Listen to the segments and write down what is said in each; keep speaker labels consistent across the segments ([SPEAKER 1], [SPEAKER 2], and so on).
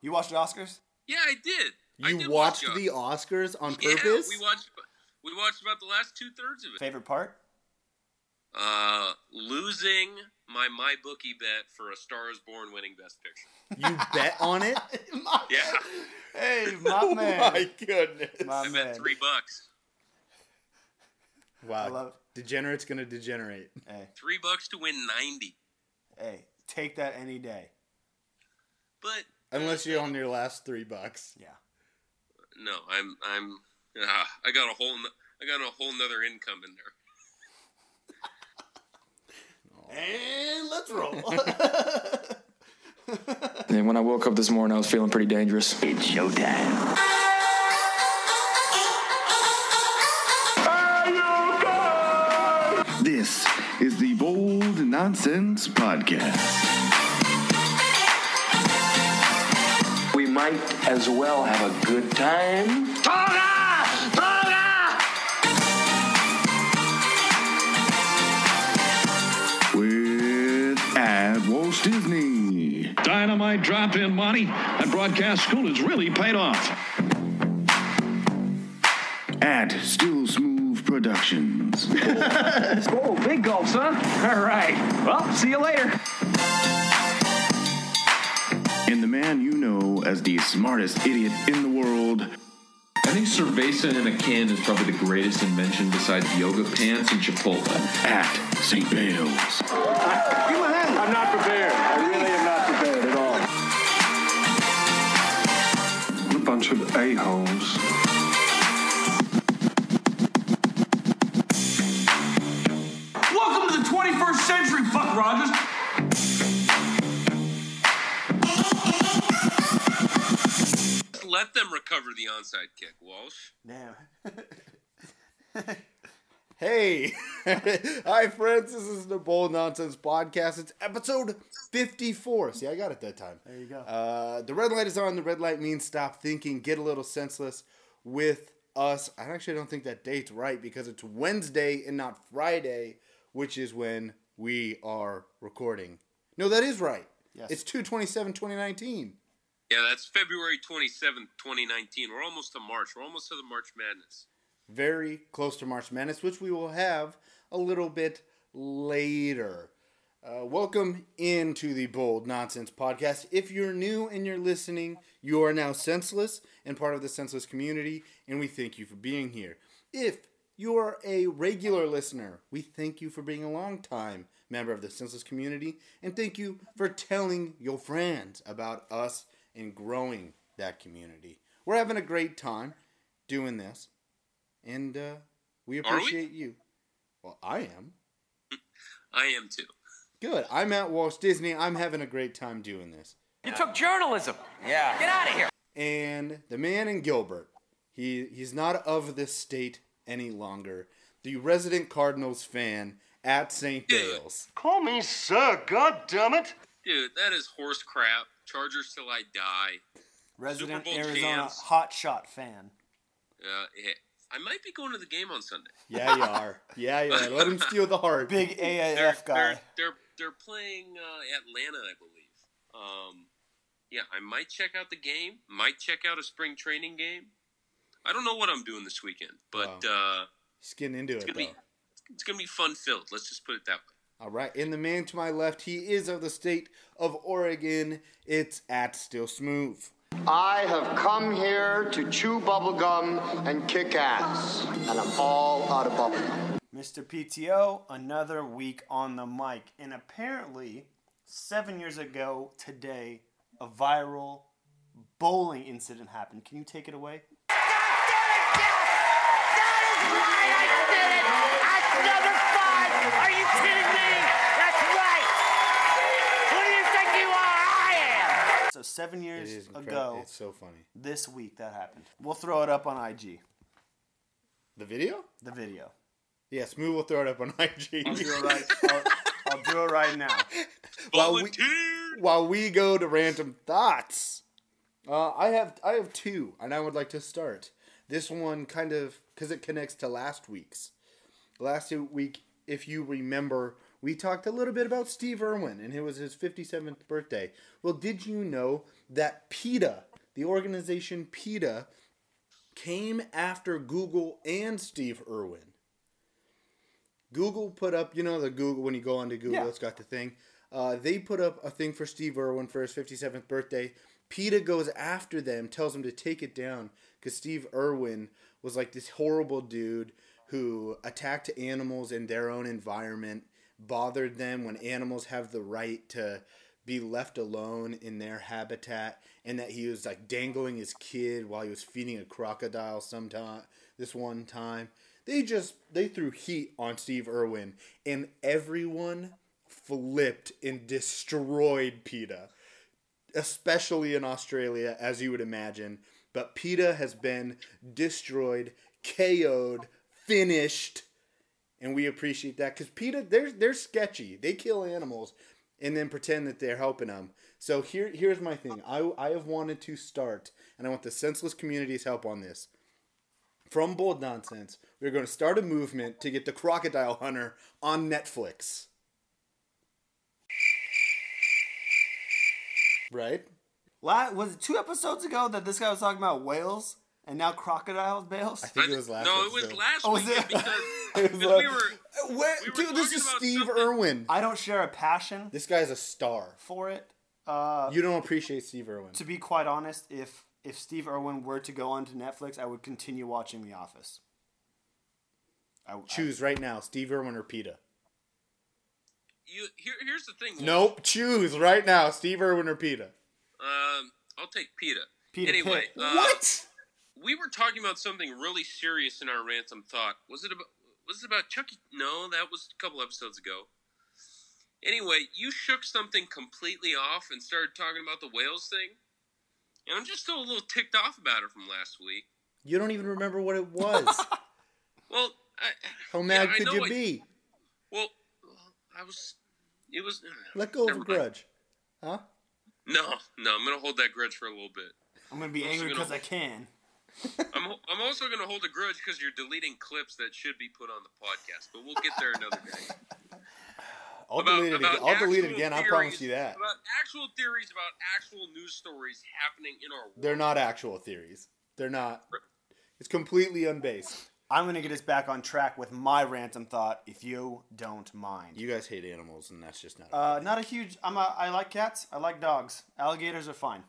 [SPEAKER 1] You watched the Oscars?
[SPEAKER 2] Yeah, I did. I
[SPEAKER 3] You
[SPEAKER 2] did watch
[SPEAKER 3] watched
[SPEAKER 2] y'all.
[SPEAKER 3] the Oscars on
[SPEAKER 2] Yeah,
[SPEAKER 3] purpose?
[SPEAKER 2] we watched. We watched about the last two thirds of it.
[SPEAKER 1] Favorite part?
[SPEAKER 2] Uh, losing my my bookie bet for a Star Is Born winning Best Picture.
[SPEAKER 3] you bet on it?
[SPEAKER 1] My-
[SPEAKER 2] Yeah.
[SPEAKER 1] Hey, Oh my man.
[SPEAKER 3] my goodness.
[SPEAKER 1] My
[SPEAKER 2] I
[SPEAKER 1] man.
[SPEAKER 2] bet three bucks.
[SPEAKER 3] Wow.
[SPEAKER 1] I love.
[SPEAKER 3] Degenerate's gonna degenerate.
[SPEAKER 1] Hey,
[SPEAKER 2] Three bucks to win ninety.
[SPEAKER 1] hey, take that any day.
[SPEAKER 2] But
[SPEAKER 3] Unless you're on your last three bucks.
[SPEAKER 1] Yeah.
[SPEAKER 2] no, I'm I'm. Uh, I got a whole. No, I got a whole nother income in there.
[SPEAKER 1] And let's roll.
[SPEAKER 4] And when I woke up this morning, I was feeling pretty dangerous.
[SPEAKER 5] It's showtime. This is the Bold Nonsense Podcast.
[SPEAKER 6] We might as well have a good time.
[SPEAKER 5] With at Walt Disney.
[SPEAKER 7] Dynamite drop in, Monty. That broadcast school has really paid off.
[SPEAKER 5] At Still Smooth Productions.
[SPEAKER 6] Oh, big gulps, huh? All right. Well, see you later.
[SPEAKER 5] and the man you know as the smartest idiot in the world,
[SPEAKER 8] I think cerveza in a can is probably the greatest invention besides yoga pants and Chipotle.
[SPEAKER 5] at St. Bale's.
[SPEAKER 6] I'm not prepared. I really am not prepared at all.
[SPEAKER 9] a bunch of a-holes.
[SPEAKER 6] Welcome to the 21st century, Buck Rogers.
[SPEAKER 2] Just let them recover the onside kick, Walsh.
[SPEAKER 1] Damn.
[SPEAKER 3] Hey. Hi friends, this is the Bold Nonsense Podcast. It's episode 54. See, I got it that time.
[SPEAKER 1] There you go.
[SPEAKER 3] Uh, the red light is on. The red light means stop thinking, get a little senseless with us. I actually don't think that date's right because it's Wednesday and not Friday, which is when we are recording. No, that is right.
[SPEAKER 1] Yes.
[SPEAKER 3] It's 227 2019.
[SPEAKER 2] Yeah, that's February twenty seventh, twenty nineteen. We're almost to March. We're almost to the March Madness.
[SPEAKER 3] Very close to March Madness, which we will have a little bit later. Uh, welcome into the Bold Nonsense Podcast. If you're new and you're listening, you are now senseless and part of the senseless community, and we thank you for being here. If you are a regular listener, we thank you for being a long time member of the senseless community, and thank you for telling your friends about us and growing that community. We're having a great time doing this, and uh, we
[SPEAKER 2] Are we?
[SPEAKER 3] appreciate you. Well, I am.
[SPEAKER 2] I am too.
[SPEAKER 3] Good. I'm at Walt Disney. I'm having a great time doing this.
[SPEAKER 6] You took journalism. Yeah. Get out of here.
[SPEAKER 3] And the man in Gilbert, he he's not of this state any longer. The resident Cardinals fan at St. Dale's.
[SPEAKER 9] Call me sir, god damn it!
[SPEAKER 2] Dude, that is horse crap. Chargers till I die.
[SPEAKER 1] Resident
[SPEAKER 2] Bowl
[SPEAKER 1] Arizona
[SPEAKER 2] champs.
[SPEAKER 1] hot shot fan.
[SPEAKER 2] Uh, eh, I might be going to the game on Sunday.
[SPEAKER 3] Yeah, you are. Yeah, you are. Let him steal the heart.
[SPEAKER 1] Big
[SPEAKER 2] They're
[SPEAKER 1] AAF guy.
[SPEAKER 2] they're they're, they're playing uh, Atlanta, I believe. Um, yeah, I might check out the game. Might check out a spring training game. I don't know what I'm doing this weekend, but uh,
[SPEAKER 3] He's getting into
[SPEAKER 2] it's
[SPEAKER 3] it,
[SPEAKER 2] gonna be
[SPEAKER 3] though.
[SPEAKER 2] it's gonna be fun filled. Let's just put it that way.
[SPEAKER 3] All right, and the man to my left, he is of the state of Oregon. It's at Still Smooth.
[SPEAKER 10] I have come here to chew bubblegum and kick ass. And I'm all out of bubblegum.
[SPEAKER 1] Mr. PTO, another week on the mic. And apparently, seven years ago today, a viral bowling incident happened. Can you take it away? So, seven
[SPEAKER 3] It
[SPEAKER 1] years
[SPEAKER 3] is
[SPEAKER 1] ago,
[SPEAKER 3] incredible. It's so funny.
[SPEAKER 1] this week, that happened. We'll throw it up on IG,
[SPEAKER 3] The video?
[SPEAKER 1] the video.
[SPEAKER 3] Yeah, Smooth will throw it up on IG.
[SPEAKER 1] I'll do it right, I'll, I'll do it right now.
[SPEAKER 3] While Oh, we-
[SPEAKER 2] Volunteer!
[SPEAKER 3] while we go to random thoughts. Uh, I have I have two, and I would like to start. This one kind of because it connects to last week's. Last week, if you remember, we talked a little bit about Steve Irwin, and it was his 57th birthday. Well, did you know that PETA, the organization PETA, came after Google and Steve Irwin? Google put up, you know, the Google when you go onto Google,
[SPEAKER 1] Yeah.
[SPEAKER 3] it's got the thing. Uh, they put up a thing for Steve Irwin for his 57th birthday. PETA goes after them, tells them to take it down because Steve Irwin was like this horrible dude who attacked animals in their own environment, bothered them when animals have the right to be left alone in their habitat, and that he was like dangling his kid while he was feeding a crocodile sometime this one time. They just they threw heat on Steve Irwin and everyone flipped and destroyed PETA, especially in Australia, as you would imagine. But PETA has been destroyed, KO'd, finished, and we appreciate that because PETA they're they're sketchy. They kill animals and then pretend that they're helping them. So here here's my thing. I I have wanted to start, and I want the senseless community's help on this from Bold Nonsense, we're going to start a movement to get the Crocodile Hunter on Netflix. Right?
[SPEAKER 1] La- was it two episodes ago that this guy was talking about whales and now crocodiles bails?
[SPEAKER 3] I think it was last.
[SPEAKER 2] no, it was
[SPEAKER 3] episode.
[SPEAKER 2] last
[SPEAKER 1] Oh, was
[SPEAKER 2] week
[SPEAKER 1] it?
[SPEAKER 2] because,
[SPEAKER 3] It was
[SPEAKER 2] because
[SPEAKER 3] last-
[SPEAKER 2] we were.
[SPEAKER 3] Where-
[SPEAKER 2] we were
[SPEAKER 3] dude, this
[SPEAKER 2] talking
[SPEAKER 3] is
[SPEAKER 2] about
[SPEAKER 3] Steve
[SPEAKER 2] something.
[SPEAKER 3] Irwin.
[SPEAKER 1] I don't share a passion
[SPEAKER 3] This guy's a star.
[SPEAKER 1] for it. Uh,
[SPEAKER 3] You don't appreciate Steve Irwin.
[SPEAKER 1] to be quite honest, if if Steve Irwin were to go onto Netflix, I would continue watching The Office. I, I-
[SPEAKER 3] Choose right now, Steve Irwin or PETA.
[SPEAKER 2] You here, here's the thing. Wolf.
[SPEAKER 3] Nope, choose right now, Steve Irwin or PETA.
[SPEAKER 2] Um, I'll take Peta.
[SPEAKER 1] Peta
[SPEAKER 2] anyway,
[SPEAKER 1] Pitt.
[SPEAKER 2] uh,
[SPEAKER 3] what?
[SPEAKER 2] we were talking about something really serious in our ransom thought. Was it about was it about Chucky? No, that was a couple episodes ago. Anyway, you shook something completely off and started talking about the whales thing. And I'm just still a little ticked off about it from last week.
[SPEAKER 3] You don't even remember what it was.
[SPEAKER 2] Well, I,
[SPEAKER 3] How mad
[SPEAKER 2] Yeah, I
[SPEAKER 3] could
[SPEAKER 2] know
[SPEAKER 3] you
[SPEAKER 2] it-
[SPEAKER 3] be?
[SPEAKER 2] well, I was. It was.
[SPEAKER 3] Let go of
[SPEAKER 2] never
[SPEAKER 3] a
[SPEAKER 2] mind.
[SPEAKER 3] grudge. Huh?
[SPEAKER 2] No, no, I'm gonna hold that grudge for a little bit.
[SPEAKER 1] I'm gonna be angry
[SPEAKER 2] gonna-
[SPEAKER 1] because I can.
[SPEAKER 2] I'm, I'm also going to hold a grudge because you're deleting clips that should be put on the podcast, but we'll get there another day.
[SPEAKER 3] I'll delete it again. I'll delete it
[SPEAKER 2] actual
[SPEAKER 3] again. I
[SPEAKER 2] theories-
[SPEAKER 3] promise you that.
[SPEAKER 2] About actual theories about actual news stories happening in our world.
[SPEAKER 3] They're not actual theories. They're not. It's completely unbased.
[SPEAKER 1] I'm gonna get us back on track with my ransom thought, if you don't mind.
[SPEAKER 3] You guys hate animals, and that's just not.
[SPEAKER 1] uh, not a huge. I'm a. I like cats. I like dogs. Alligators are fine.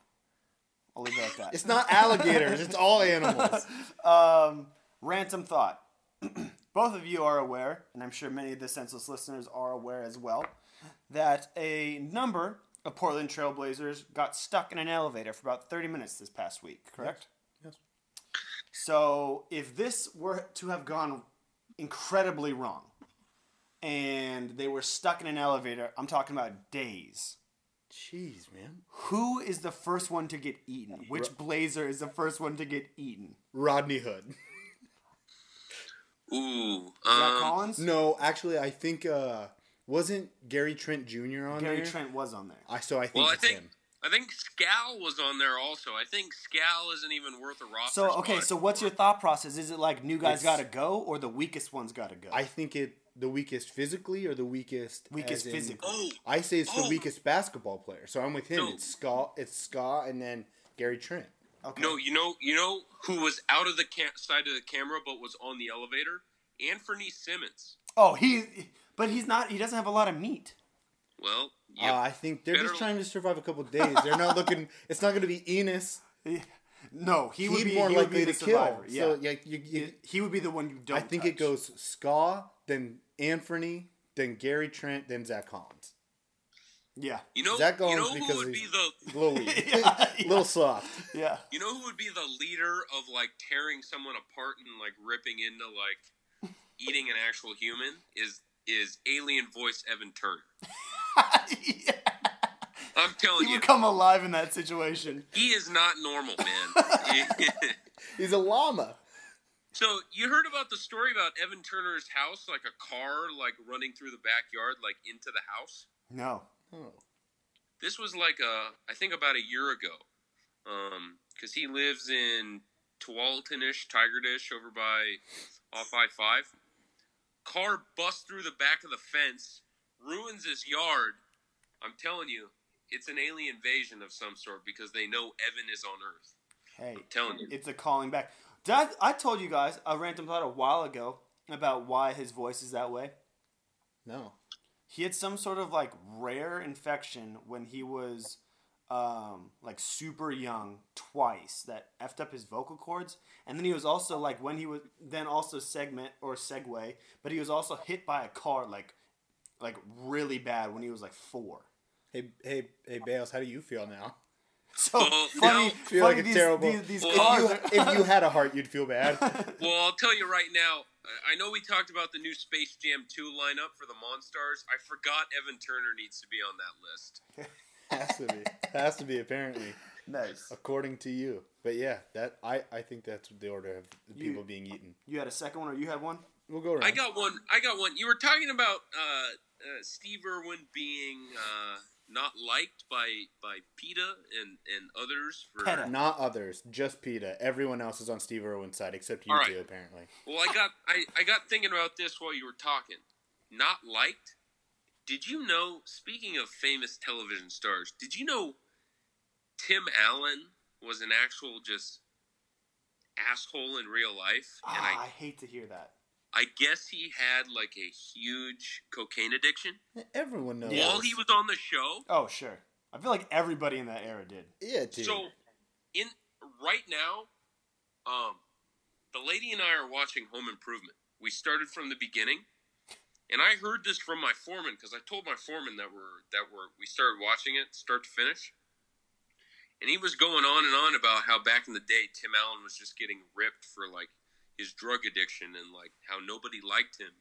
[SPEAKER 1] I'll leave it at that.
[SPEAKER 3] it's not alligators. it's all animals.
[SPEAKER 1] Um, ransom thought. Both of you are aware, and I'm sure many of the senseless listeners are aware as well, that a number of Portland Trailblazers got stuck in an elevator for about 30 minutes this past week, correct?
[SPEAKER 3] Yes.
[SPEAKER 1] So, if this were to have gone incredibly wrong and they were stuck in an elevator, I'm talking about days.
[SPEAKER 3] Jeez, man.
[SPEAKER 1] Who is the first one to get eaten? Which Blazer is the first one to get eaten?
[SPEAKER 3] Rodney Hood.
[SPEAKER 2] Ooh.
[SPEAKER 1] Zach
[SPEAKER 2] Um,
[SPEAKER 1] Collins?
[SPEAKER 3] No, actually, I think uh wasn't Gary Trent Jr. on
[SPEAKER 1] Gary
[SPEAKER 3] there?
[SPEAKER 1] Trent was on there.
[SPEAKER 3] I so I think
[SPEAKER 2] well, I
[SPEAKER 3] it's
[SPEAKER 2] think
[SPEAKER 3] him.
[SPEAKER 2] I think Scal was on there also. I think Scal isn't even worth a roster.
[SPEAKER 1] So okay,
[SPEAKER 2] spot.
[SPEAKER 1] so what's your thought process? Is it like new guys
[SPEAKER 3] It's-
[SPEAKER 1] got to go or the weakest one's got to go?
[SPEAKER 3] I think it the weakest physically or the weakest
[SPEAKER 1] Weakest
[SPEAKER 3] as in-
[SPEAKER 1] physically.
[SPEAKER 2] Oh,
[SPEAKER 3] I say it's the
[SPEAKER 2] Oh.
[SPEAKER 3] weakest basketball player. So I'm with him.
[SPEAKER 2] No.
[SPEAKER 3] It's Ska. It's Ska, and then Gary Trent.
[SPEAKER 1] okay.
[SPEAKER 2] no, you know, you know who was out of the ca- side of the camera but was on the elevator? Anthony Simmons.
[SPEAKER 1] Oh, he, but he's not. He doesn't have a lot of meat.
[SPEAKER 2] Well, yep.
[SPEAKER 3] Uh, I think they're just
[SPEAKER 2] Better-
[SPEAKER 3] trying to survive a couple days. They're not looking. It's not going to be Enos.
[SPEAKER 1] No, he
[SPEAKER 3] He'd
[SPEAKER 1] would be
[SPEAKER 3] more
[SPEAKER 1] he would
[SPEAKER 3] likely
[SPEAKER 1] be
[SPEAKER 3] to
[SPEAKER 1] the
[SPEAKER 3] kill.
[SPEAKER 1] survivor.
[SPEAKER 3] Yeah. So yeah, you,
[SPEAKER 1] yeah,
[SPEAKER 3] you,
[SPEAKER 1] he would be the one you don't.
[SPEAKER 3] I think it
[SPEAKER 1] touch.
[SPEAKER 3] goes Ska, then Anthony, then Gary Trent, then Zach Collins.
[SPEAKER 1] Yeah,
[SPEAKER 2] you know,
[SPEAKER 3] Zach
[SPEAKER 2] you
[SPEAKER 3] Collins
[SPEAKER 2] know who
[SPEAKER 3] because
[SPEAKER 2] would be
[SPEAKER 3] he's-
[SPEAKER 2] the
[SPEAKER 3] Little weak.
[SPEAKER 1] yeah,
[SPEAKER 3] little soft.
[SPEAKER 1] yeah.
[SPEAKER 2] You know who would be the leader of like tearing someone apart and like ripping into like eating an actual human is is alien voice Evan Turner.
[SPEAKER 1] Yeah.
[SPEAKER 2] I'm telling
[SPEAKER 1] He
[SPEAKER 2] you,
[SPEAKER 1] would come alive in that situation.
[SPEAKER 2] he is not normal, man.
[SPEAKER 3] He's a llama.
[SPEAKER 2] so you heard about the story about Evan Turner's house, like a car like running through the backyard, like into the house.
[SPEAKER 1] No.
[SPEAKER 3] Oh.
[SPEAKER 2] This was like a I think about a year ago, because he lives in Tualatin-ish, Tigerdish, over by off I five. Car bust through the back of the fence ruins his yard, I'm telling you, it's an alien invasion of some sort because they know Evan is on Earth.
[SPEAKER 1] Hey,
[SPEAKER 2] telling you.
[SPEAKER 1] it's a calling back. Did I, I told you guys a random thought a while ago about why his voice is that way.
[SPEAKER 3] No.
[SPEAKER 1] He had some sort of like rare infection when he was um, like super young twice that effed up his vocal cords, and then he was also like when he was then also segment or segue, but he was also hit by a car like like really bad when he was like four.
[SPEAKER 3] Hey, hey, hey, Bales, how do you feel now?
[SPEAKER 1] So
[SPEAKER 2] Well,
[SPEAKER 1] funny,
[SPEAKER 2] now-
[SPEAKER 3] I feel
[SPEAKER 1] funny
[SPEAKER 3] like a
[SPEAKER 1] these,
[SPEAKER 3] terrible.
[SPEAKER 1] these, these
[SPEAKER 2] Well,
[SPEAKER 1] cars.
[SPEAKER 3] if, you, if you had a heart, you'd feel bad.
[SPEAKER 2] Well, I'll tell you right now. I- I know we talked about the new Space Jam 2 lineup for the Monstars. I forgot Evan Turner needs to be on that list.
[SPEAKER 3] has to be. Has to be. Apparently,
[SPEAKER 1] nice.
[SPEAKER 3] according to you. But yeah, that I I think that's the order of the
[SPEAKER 1] You-
[SPEAKER 3] people being eaten.
[SPEAKER 1] You had a second one, or you had one?
[SPEAKER 3] We'll go around.
[SPEAKER 2] I got one. I got one. You were talking about uh, uh, Steve Irwin being uh, not liked by by PETA and and others for.
[SPEAKER 1] PETA.
[SPEAKER 3] Not others, just PETA. Everyone else is on Steve Irwin's side except you
[SPEAKER 2] All right.
[SPEAKER 3] two, apparently.
[SPEAKER 2] Well, I got I, I got thinking about this while you were talking. Not liked. Did you know? Speaking of famous television stars, did you know Tim Allen was an actual just asshole in real life, and
[SPEAKER 1] Ah, I
[SPEAKER 2] I
[SPEAKER 1] hate to hear that.
[SPEAKER 2] I guess he had like a huge cocaine addiction
[SPEAKER 3] Everyone knows.
[SPEAKER 2] while he was on the show.
[SPEAKER 1] Oh sure. I feel like everybody in that era did.
[SPEAKER 3] yeah, dude.
[SPEAKER 2] So, in right now, um, the lady and I are watching Home Improvement. We started from the beginning, and I heard this from my foreman because I told my foreman that we're that we're we started watching it start to finish, and he was going on and on about how back in the day Tim Allen was just getting ripped for like his drug addiction and like how nobody liked him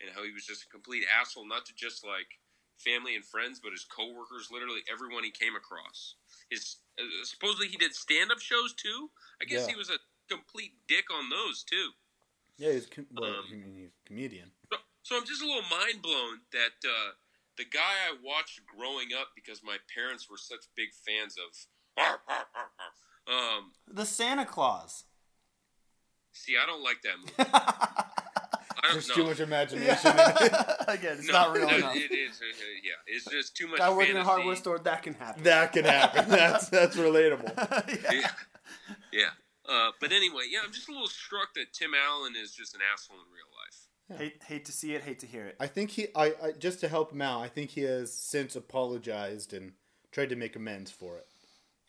[SPEAKER 2] and how he was just a complete asshole, not to just like family and friends, but his coworkers, literally everyone he came across. His uh, supposedly he did stand up shows too. I guess
[SPEAKER 3] Yeah.
[SPEAKER 2] he was a complete dick on those too.
[SPEAKER 3] yeah, he's com- well,
[SPEAKER 2] um,
[SPEAKER 3] I mean, he's a comedian.
[SPEAKER 2] So, so I'm just a little mind blown that uh, the guy I watched growing up because my parents were such big fans of. Um,
[SPEAKER 1] The Santa Claus.
[SPEAKER 2] see, I don't like that movie. I
[SPEAKER 3] There's
[SPEAKER 2] don't
[SPEAKER 3] too
[SPEAKER 2] know.
[SPEAKER 3] much imagination.
[SPEAKER 1] Again, it's not real
[SPEAKER 2] it-
[SPEAKER 1] enough.
[SPEAKER 2] It is. uh, Yeah, it's just too much.
[SPEAKER 1] Guy working in a
[SPEAKER 2] fantasy.
[SPEAKER 1] hardware store, that can happen.
[SPEAKER 3] that can happen. That's that's relatable.
[SPEAKER 2] yeah. yeah. Uh, but anyway, yeah, I'm just a little struck that Tim Allen is just an asshole in real life.
[SPEAKER 1] Hate, hate to see it, hate to hear it.
[SPEAKER 3] I think he. I, I just to help him out. I think he has since apologized and tried to make amends for it.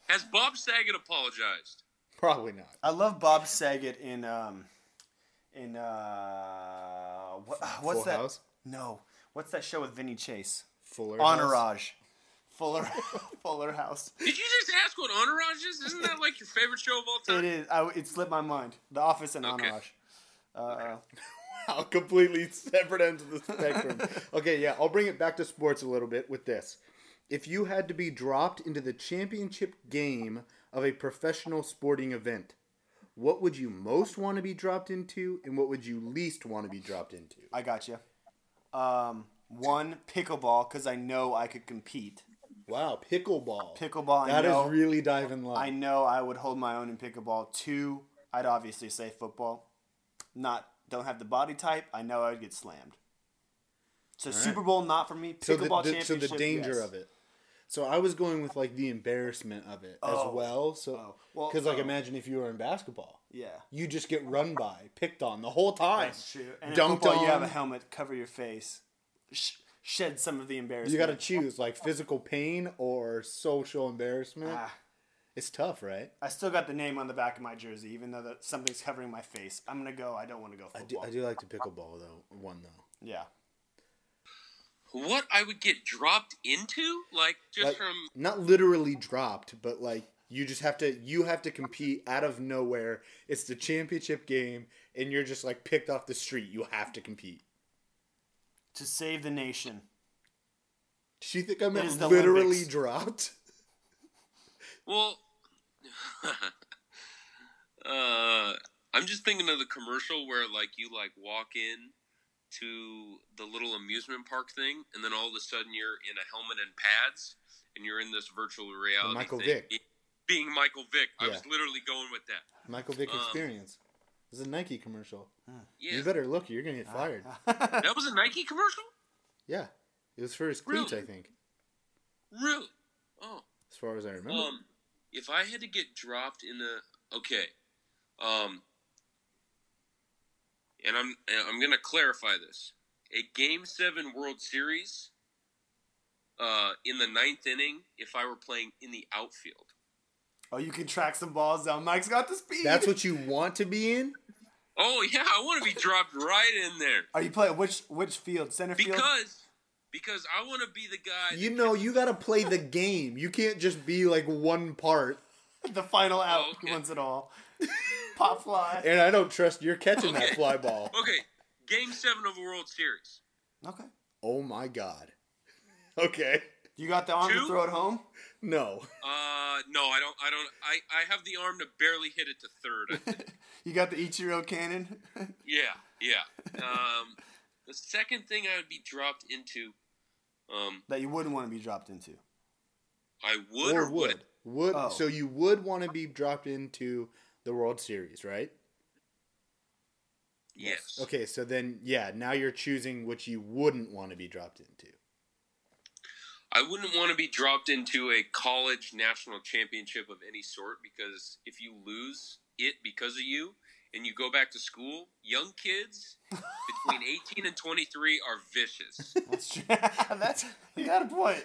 [SPEAKER 2] Has Bob Saget apologized?
[SPEAKER 3] Probably not.
[SPEAKER 1] I love Bob Saget in um, in uh, what, what's
[SPEAKER 3] Full
[SPEAKER 1] that?
[SPEAKER 3] House?
[SPEAKER 1] No, what's that show with Vinny Chase?
[SPEAKER 3] Fuller. House.
[SPEAKER 1] Honorage. Fuller, Fuller House.
[SPEAKER 2] Did you just ask what Entourage is? Isn't that like your favorite show of all
[SPEAKER 1] It
[SPEAKER 2] time?
[SPEAKER 1] is. I, it slipped my mind. The Office and
[SPEAKER 2] Okay.
[SPEAKER 1] Entourage. Uh,
[SPEAKER 3] Wow, completely separate ends of the spectrum. okay, yeah, I'll bring it back to sports a little bit with this. If you had to be dropped into the championship game of a professional sporting event, what would you most want to be dropped into and what would you least want to be dropped into?
[SPEAKER 1] I got you. Um, one pickleball because I know I could compete.
[SPEAKER 3] Wow, pickleball.
[SPEAKER 1] Pickleball. I
[SPEAKER 3] That is
[SPEAKER 1] know.
[SPEAKER 3] really diving low.
[SPEAKER 1] I know I would hold my own in pickleball. Two, I'd obviously say football. Not don't have the body type. I know I'd get slammed. So Super Bowl not for me. Pickleball
[SPEAKER 3] so the, the, so
[SPEAKER 1] championship.
[SPEAKER 3] the danger
[SPEAKER 1] yes.
[SPEAKER 3] of it. So I was going with like the embarrassment of it
[SPEAKER 1] Oh.
[SPEAKER 3] as well. So
[SPEAKER 1] Oh. Well,
[SPEAKER 3] because like
[SPEAKER 1] oh.
[SPEAKER 3] imagine if you were in basketball.
[SPEAKER 1] Yeah.
[SPEAKER 3] you just get run by, picked on the whole time.
[SPEAKER 1] That's true. And in
[SPEAKER 3] Dunked
[SPEAKER 1] football,
[SPEAKER 3] on.
[SPEAKER 1] you have a helmet, cover your face, sh- shed some of the embarrassment.
[SPEAKER 3] You got to choose like physical pain or social embarrassment.
[SPEAKER 1] Ah.
[SPEAKER 3] It's tough, right?
[SPEAKER 1] I still got the name on the back of my jersey, even though that something's covering my face. I'm gonna go. I don't want to go
[SPEAKER 3] I do,
[SPEAKER 1] football.
[SPEAKER 3] I do like to pickleball though. One though,
[SPEAKER 1] Yeah.
[SPEAKER 2] What I would get dropped into? Like, just
[SPEAKER 3] like,
[SPEAKER 2] from.
[SPEAKER 3] not literally dropped, but like you just have to you have to compete out of nowhere. It's the championship game, and you're just like picked off the street. You have to compete.
[SPEAKER 1] To save the nation.
[SPEAKER 3] Did you think I meant
[SPEAKER 1] is the
[SPEAKER 3] literally
[SPEAKER 1] Olympics.
[SPEAKER 3] dropped?
[SPEAKER 2] Well. uh, I'm just thinking of the commercial where, like, you, like, walk in to the little amusement park thing, and then all of a sudden you're in a helmet and pads, and you're in this virtual reality.
[SPEAKER 3] Michael
[SPEAKER 2] thing.
[SPEAKER 3] Vick.
[SPEAKER 2] Be- Being Michael Vick. I
[SPEAKER 3] Yeah.
[SPEAKER 2] was literally going with that.
[SPEAKER 3] Michael Vick
[SPEAKER 2] Um,
[SPEAKER 3] experience. This is a Nike commercial.
[SPEAKER 2] Yeah.
[SPEAKER 3] Ah. You better look. You're gonna get fired.
[SPEAKER 2] That was a Nike commercial?
[SPEAKER 3] Yeah. It was for his cleats,
[SPEAKER 2] Really?
[SPEAKER 3] I think,
[SPEAKER 2] Really? Oh.
[SPEAKER 3] as far as I remember.
[SPEAKER 2] Um, if I had to get dropped in a okay, um, and I'm and I'm gonna clarify this: a Game Seven World Series, uh, in the ninth inning, if I were playing in the outfield,
[SPEAKER 1] Oh, you can track some balls down. Mike's got the speed.
[SPEAKER 3] That's what you want to be in.
[SPEAKER 2] oh yeah, I want to be dropped right in there
[SPEAKER 1] Are you playing which which field? Center field.
[SPEAKER 2] because because I want to be the guy.
[SPEAKER 3] You know, you got to play the game. You can't just be like one part.
[SPEAKER 1] the final out
[SPEAKER 2] Oh, okay.
[SPEAKER 1] once and all. Pop fly.
[SPEAKER 3] And I don't trust you're catching that
[SPEAKER 2] Okay.
[SPEAKER 3] fly ball.
[SPEAKER 2] okay, Game Seven of a World Series.
[SPEAKER 1] Okay.
[SPEAKER 3] Oh my god. Okay.
[SPEAKER 1] You got the arm to
[SPEAKER 2] Two?
[SPEAKER 1] throw it home.
[SPEAKER 3] No.
[SPEAKER 2] Uh, no, I don't. I don't. I I have the arm to barely hit it to third. I
[SPEAKER 1] You got the Ichiro cannon.
[SPEAKER 2] Yeah, yeah. Um, the second thing I would be dropped into, um,
[SPEAKER 1] that you wouldn't want to be dropped into.
[SPEAKER 2] I would or, would.
[SPEAKER 3] Would
[SPEAKER 1] Oh.
[SPEAKER 3] so you would want to be dropped into the World Series, right?
[SPEAKER 2] Yes.
[SPEAKER 3] Okay, so then yeah, now you're choosing which you wouldn't want to be dropped into.
[SPEAKER 2] I wouldn't want to be dropped into a college national championship of any sort because if you lose it because of you and you go back to school, young kids between 18 and 23 are vicious.
[SPEAKER 1] That's true. That's you got a point.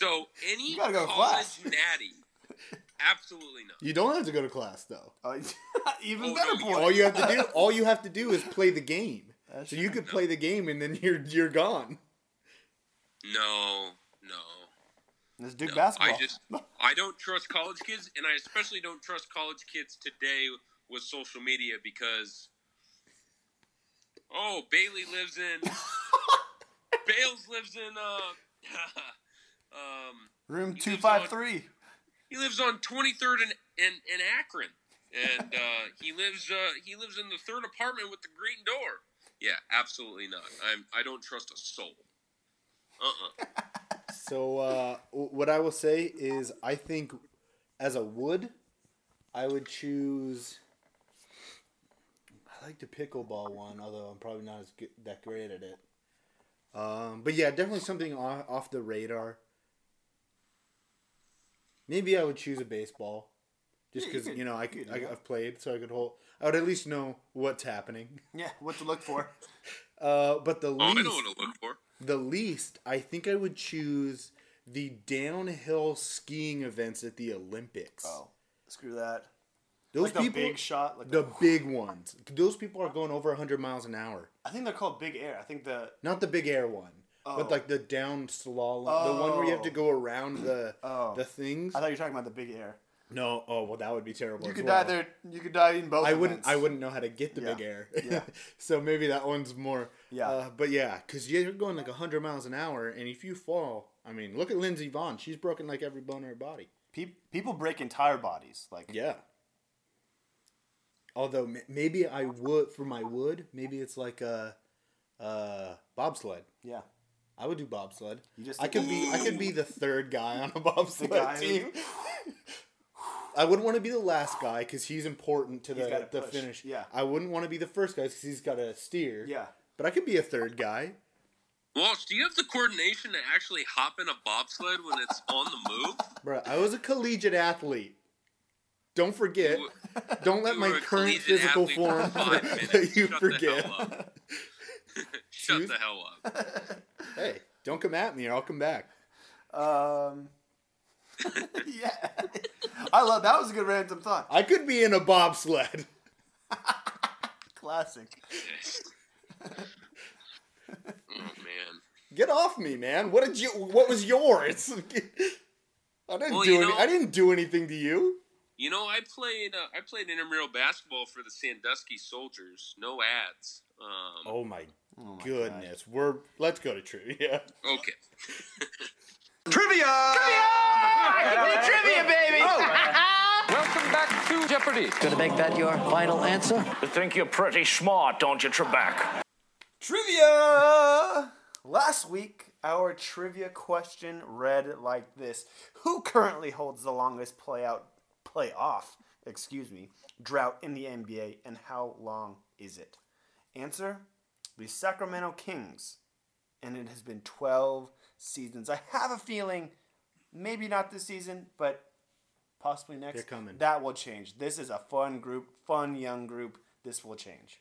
[SPEAKER 2] So any
[SPEAKER 1] You gotta go to
[SPEAKER 2] college
[SPEAKER 1] class.
[SPEAKER 2] natty, absolutely not.
[SPEAKER 3] You don't have to go to class though.
[SPEAKER 1] Oh, even
[SPEAKER 2] Oh,
[SPEAKER 1] better
[SPEAKER 2] no,
[SPEAKER 1] point.
[SPEAKER 3] All you have to do all you have to do is play the game.
[SPEAKER 1] That's
[SPEAKER 3] so you could play the game and then you're you're gone.
[SPEAKER 2] No, no.
[SPEAKER 1] It's Duke
[SPEAKER 2] No,
[SPEAKER 1] basketball.
[SPEAKER 2] I just I don't trust college kids, and I especially don't trust college kids today with social media because oh Bailey lives in Bales lives in uh um
[SPEAKER 1] Room
[SPEAKER 2] You
[SPEAKER 1] two
[SPEAKER 2] just saw
[SPEAKER 1] five
[SPEAKER 2] it.
[SPEAKER 1] three.
[SPEAKER 2] he lives on 23rd and and, and Akron, and uh, he lives uh, he lives in the third apartment with the green door. Yeah, absolutely not. I'm I don't trust a soul. Uh uh
[SPEAKER 3] So uh, w- what I will say is, I think as a wood, I would choose. I like the pickleball one, although I'm probably not as good, that great at it. Um, but yeah, definitely something off, off the radar. Maybe I would choose a baseball, just
[SPEAKER 1] Yeah, you
[SPEAKER 3] because
[SPEAKER 1] could-
[SPEAKER 3] you know I,
[SPEAKER 1] you
[SPEAKER 3] could,
[SPEAKER 1] could do
[SPEAKER 3] I
[SPEAKER 1] that.
[SPEAKER 3] I've played, so I could hold. I would at least know what's happening.
[SPEAKER 1] Yeah, what to look for?
[SPEAKER 3] Uh, but the
[SPEAKER 2] Oh,
[SPEAKER 3] least
[SPEAKER 2] I know what to look for.
[SPEAKER 3] the least, I think I would choose the downhill skiing events at the Olympics.
[SPEAKER 1] Oh, screw that.
[SPEAKER 3] Those
[SPEAKER 1] like the big shot, like
[SPEAKER 3] the big ones. Those people are going over 100 miles an hour.
[SPEAKER 1] I think they're called Big Air. I think the
[SPEAKER 3] Not the big air one,
[SPEAKER 1] Oh.
[SPEAKER 3] but like the down slalom, the one where you have to
[SPEAKER 1] Oh.
[SPEAKER 3] go around the
[SPEAKER 1] Oh.
[SPEAKER 3] the things.
[SPEAKER 1] I thought you were talking about the Big Air.
[SPEAKER 3] no, oh well, that would be terrible.
[SPEAKER 1] You
[SPEAKER 3] as
[SPEAKER 1] could die
[SPEAKER 3] well.
[SPEAKER 1] there. You could die in both.
[SPEAKER 3] I wouldn't.
[SPEAKER 1] events.
[SPEAKER 3] I wouldn't know how to get the
[SPEAKER 1] Yeah.
[SPEAKER 3] big air.
[SPEAKER 1] Yeah.
[SPEAKER 3] so maybe that one's more.
[SPEAKER 1] Yeah.
[SPEAKER 3] Uh, but yeah, because you're going like hundred miles an hour, and if you fall, I mean, look at Lindsey Vaughn. She's broken like every bone in her body.
[SPEAKER 1] Pe- people break entire bodies. Like
[SPEAKER 3] Yeah. Although m- maybe I would for my wood, maybe it's like a, uh bobsled.
[SPEAKER 1] yeah.
[SPEAKER 3] I would do bobsled.
[SPEAKER 1] You just-
[SPEAKER 3] I could be I could be the third guy on a bobsled
[SPEAKER 1] guy who-
[SPEAKER 3] team. I wouldn't want to be the last guy because he's important to
[SPEAKER 1] He's
[SPEAKER 3] the,
[SPEAKER 1] gotta
[SPEAKER 3] the
[SPEAKER 1] push,
[SPEAKER 3] finish.
[SPEAKER 1] yeah.
[SPEAKER 3] I wouldn't want to be the first guy because he's got to steer.
[SPEAKER 1] Yeah.
[SPEAKER 3] But I could be a third guy.
[SPEAKER 2] Walsh, do you have the coordination to actually hop in a bobsled when it's on the move?
[SPEAKER 3] Bruh, I was a collegiate athlete. Don't forget.
[SPEAKER 2] You-
[SPEAKER 3] Don't let
[SPEAKER 2] you
[SPEAKER 3] my
[SPEAKER 2] were a
[SPEAKER 3] current
[SPEAKER 2] collegiate
[SPEAKER 3] physical
[SPEAKER 2] athlete for
[SPEAKER 3] form
[SPEAKER 2] five minutes.
[SPEAKER 3] that you
[SPEAKER 2] Shut
[SPEAKER 3] forget.
[SPEAKER 2] The hell up. Shut the hell up.
[SPEAKER 3] Hey, don't come at me or I'll come back.
[SPEAKER 1] Um. yeah. I love that. Was a good random thought.
[SPEAKER 3] I could be in a bobsled.
[SPEAKER 1] Classic.
[SPEAKER 2] Oh man.
[SPEAKER 3] Get off me, man. What did you what was yours? I didn't
[SPEAKER 2] Well,
[SPEAKER 3] do
[SPEAKER 2] you
[SPEAKER 3] any,
[SPEAKER 2] know-
[SPEAKER 3] I didn't do anything to you.
[SPEAKER 2] You know, I played uh, I played intramural basketball for the Sandusky Soldiers. No ads. Um,
[SPEAKER 3] Oh my, goodness. We're let's go to trivia.
[SPEAKER 2] Okay.
[SPEAKER 6] Welcome back to Jeopardy!
[SPEAKER 11] Gonna make that your final answer?
[SPEAKER 9] You think you're pretty smart, don't you, Trebek?
[SPEAKER 1] Trivia! Last week, our trivia question read like this Who currently holds the longest playout, playoff, excuse me, drought in the NBA, and how long is it? Answer The Sacramento Kings. and it has been 12 seasons. I have a feeling, maybe not this season, but possibly next.
[SPEAKER 3] They're coming.
[SPEAKER 1] That will change. This is a fun group, fun young group. This will change.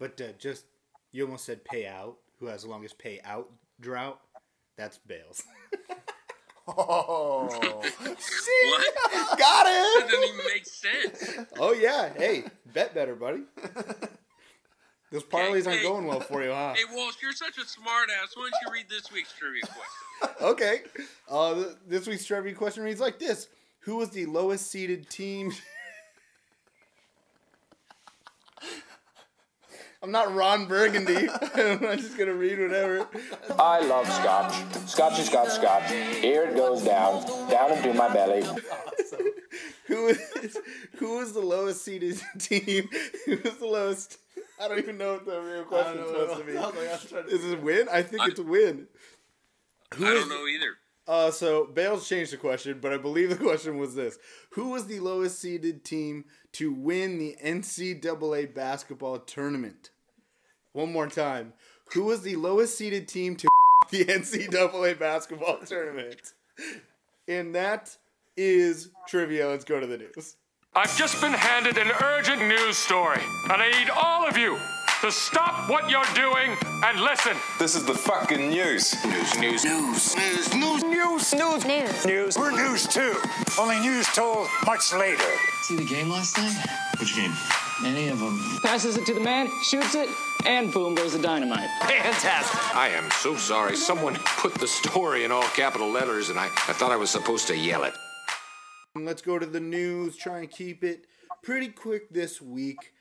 [SPEAKER 3] But uh, just you almost said payout. Who has the longest payout drought? That's Bales.
[SPEAKER 1] Oh, see,
[SPEAKER 2] What?
[SPEAKER 1] got
[SPEAKER 2] That
[SPEAKER 1] it.
[SPEAKER 2] doesn't even make sense.
[SPEAKER 3] oh yeah. Hey, bet better, buddy. Those parlays aren't
[SPEAKER 2] hey.
[SPEAKER 3] going well for you, huh?
[SPEAKER 2] Hey, Walsh, you're such a smartass. Why don't you read this week's trivia question?
[SPEAKER 3] Okay. Uh, th- this week's trivia question reads like this: Who was the lowest seeded team? I'm not Ron Burgundy. I'm not just gonna read whatever.
[SPEAKER 12] I love scotch. Scotchy, scotch, scotch. Here it goes down, down into my belly.
[SPEAKER 3] Who is who is the lowest seeded team? Who is the lowest? I don't even know what the real question is supposed to be. Is it win? I think it's win.
[SPEAKER 2] I don't know either.
[SPEAKER 3] Uh, so Bales changed the question, but I believe the question was this: Who was the lowest seeded team to win the NCAA basketball tournament? One more time: Who was the lowest seeded team to the NCAA basketball tournament? And that is trivia. Let's go to the news.
[SPEAKER 13] I've just been handed an urgent news story, and I need all of you to stop what you're doing and listen.
[SPEAKER 14] This is the fucking news. News, news, news, news, news, news, news, news, news. We're news too. Only news told much later.
[SPEAKER 15] See the game last night?
[SPEAKER 14] Which game?
[SPEAKER 15] Any of them. Passes it to the man, shoots it, and boom goes the dynamite. Fantastic.
[SPEAKER 16] I am so sorry. Someone put the story in all capital letters, and I, I thought I was supposed to yell it.
[SPEAKER 3] And Let's go to the news. Try and keep it pretty quick this week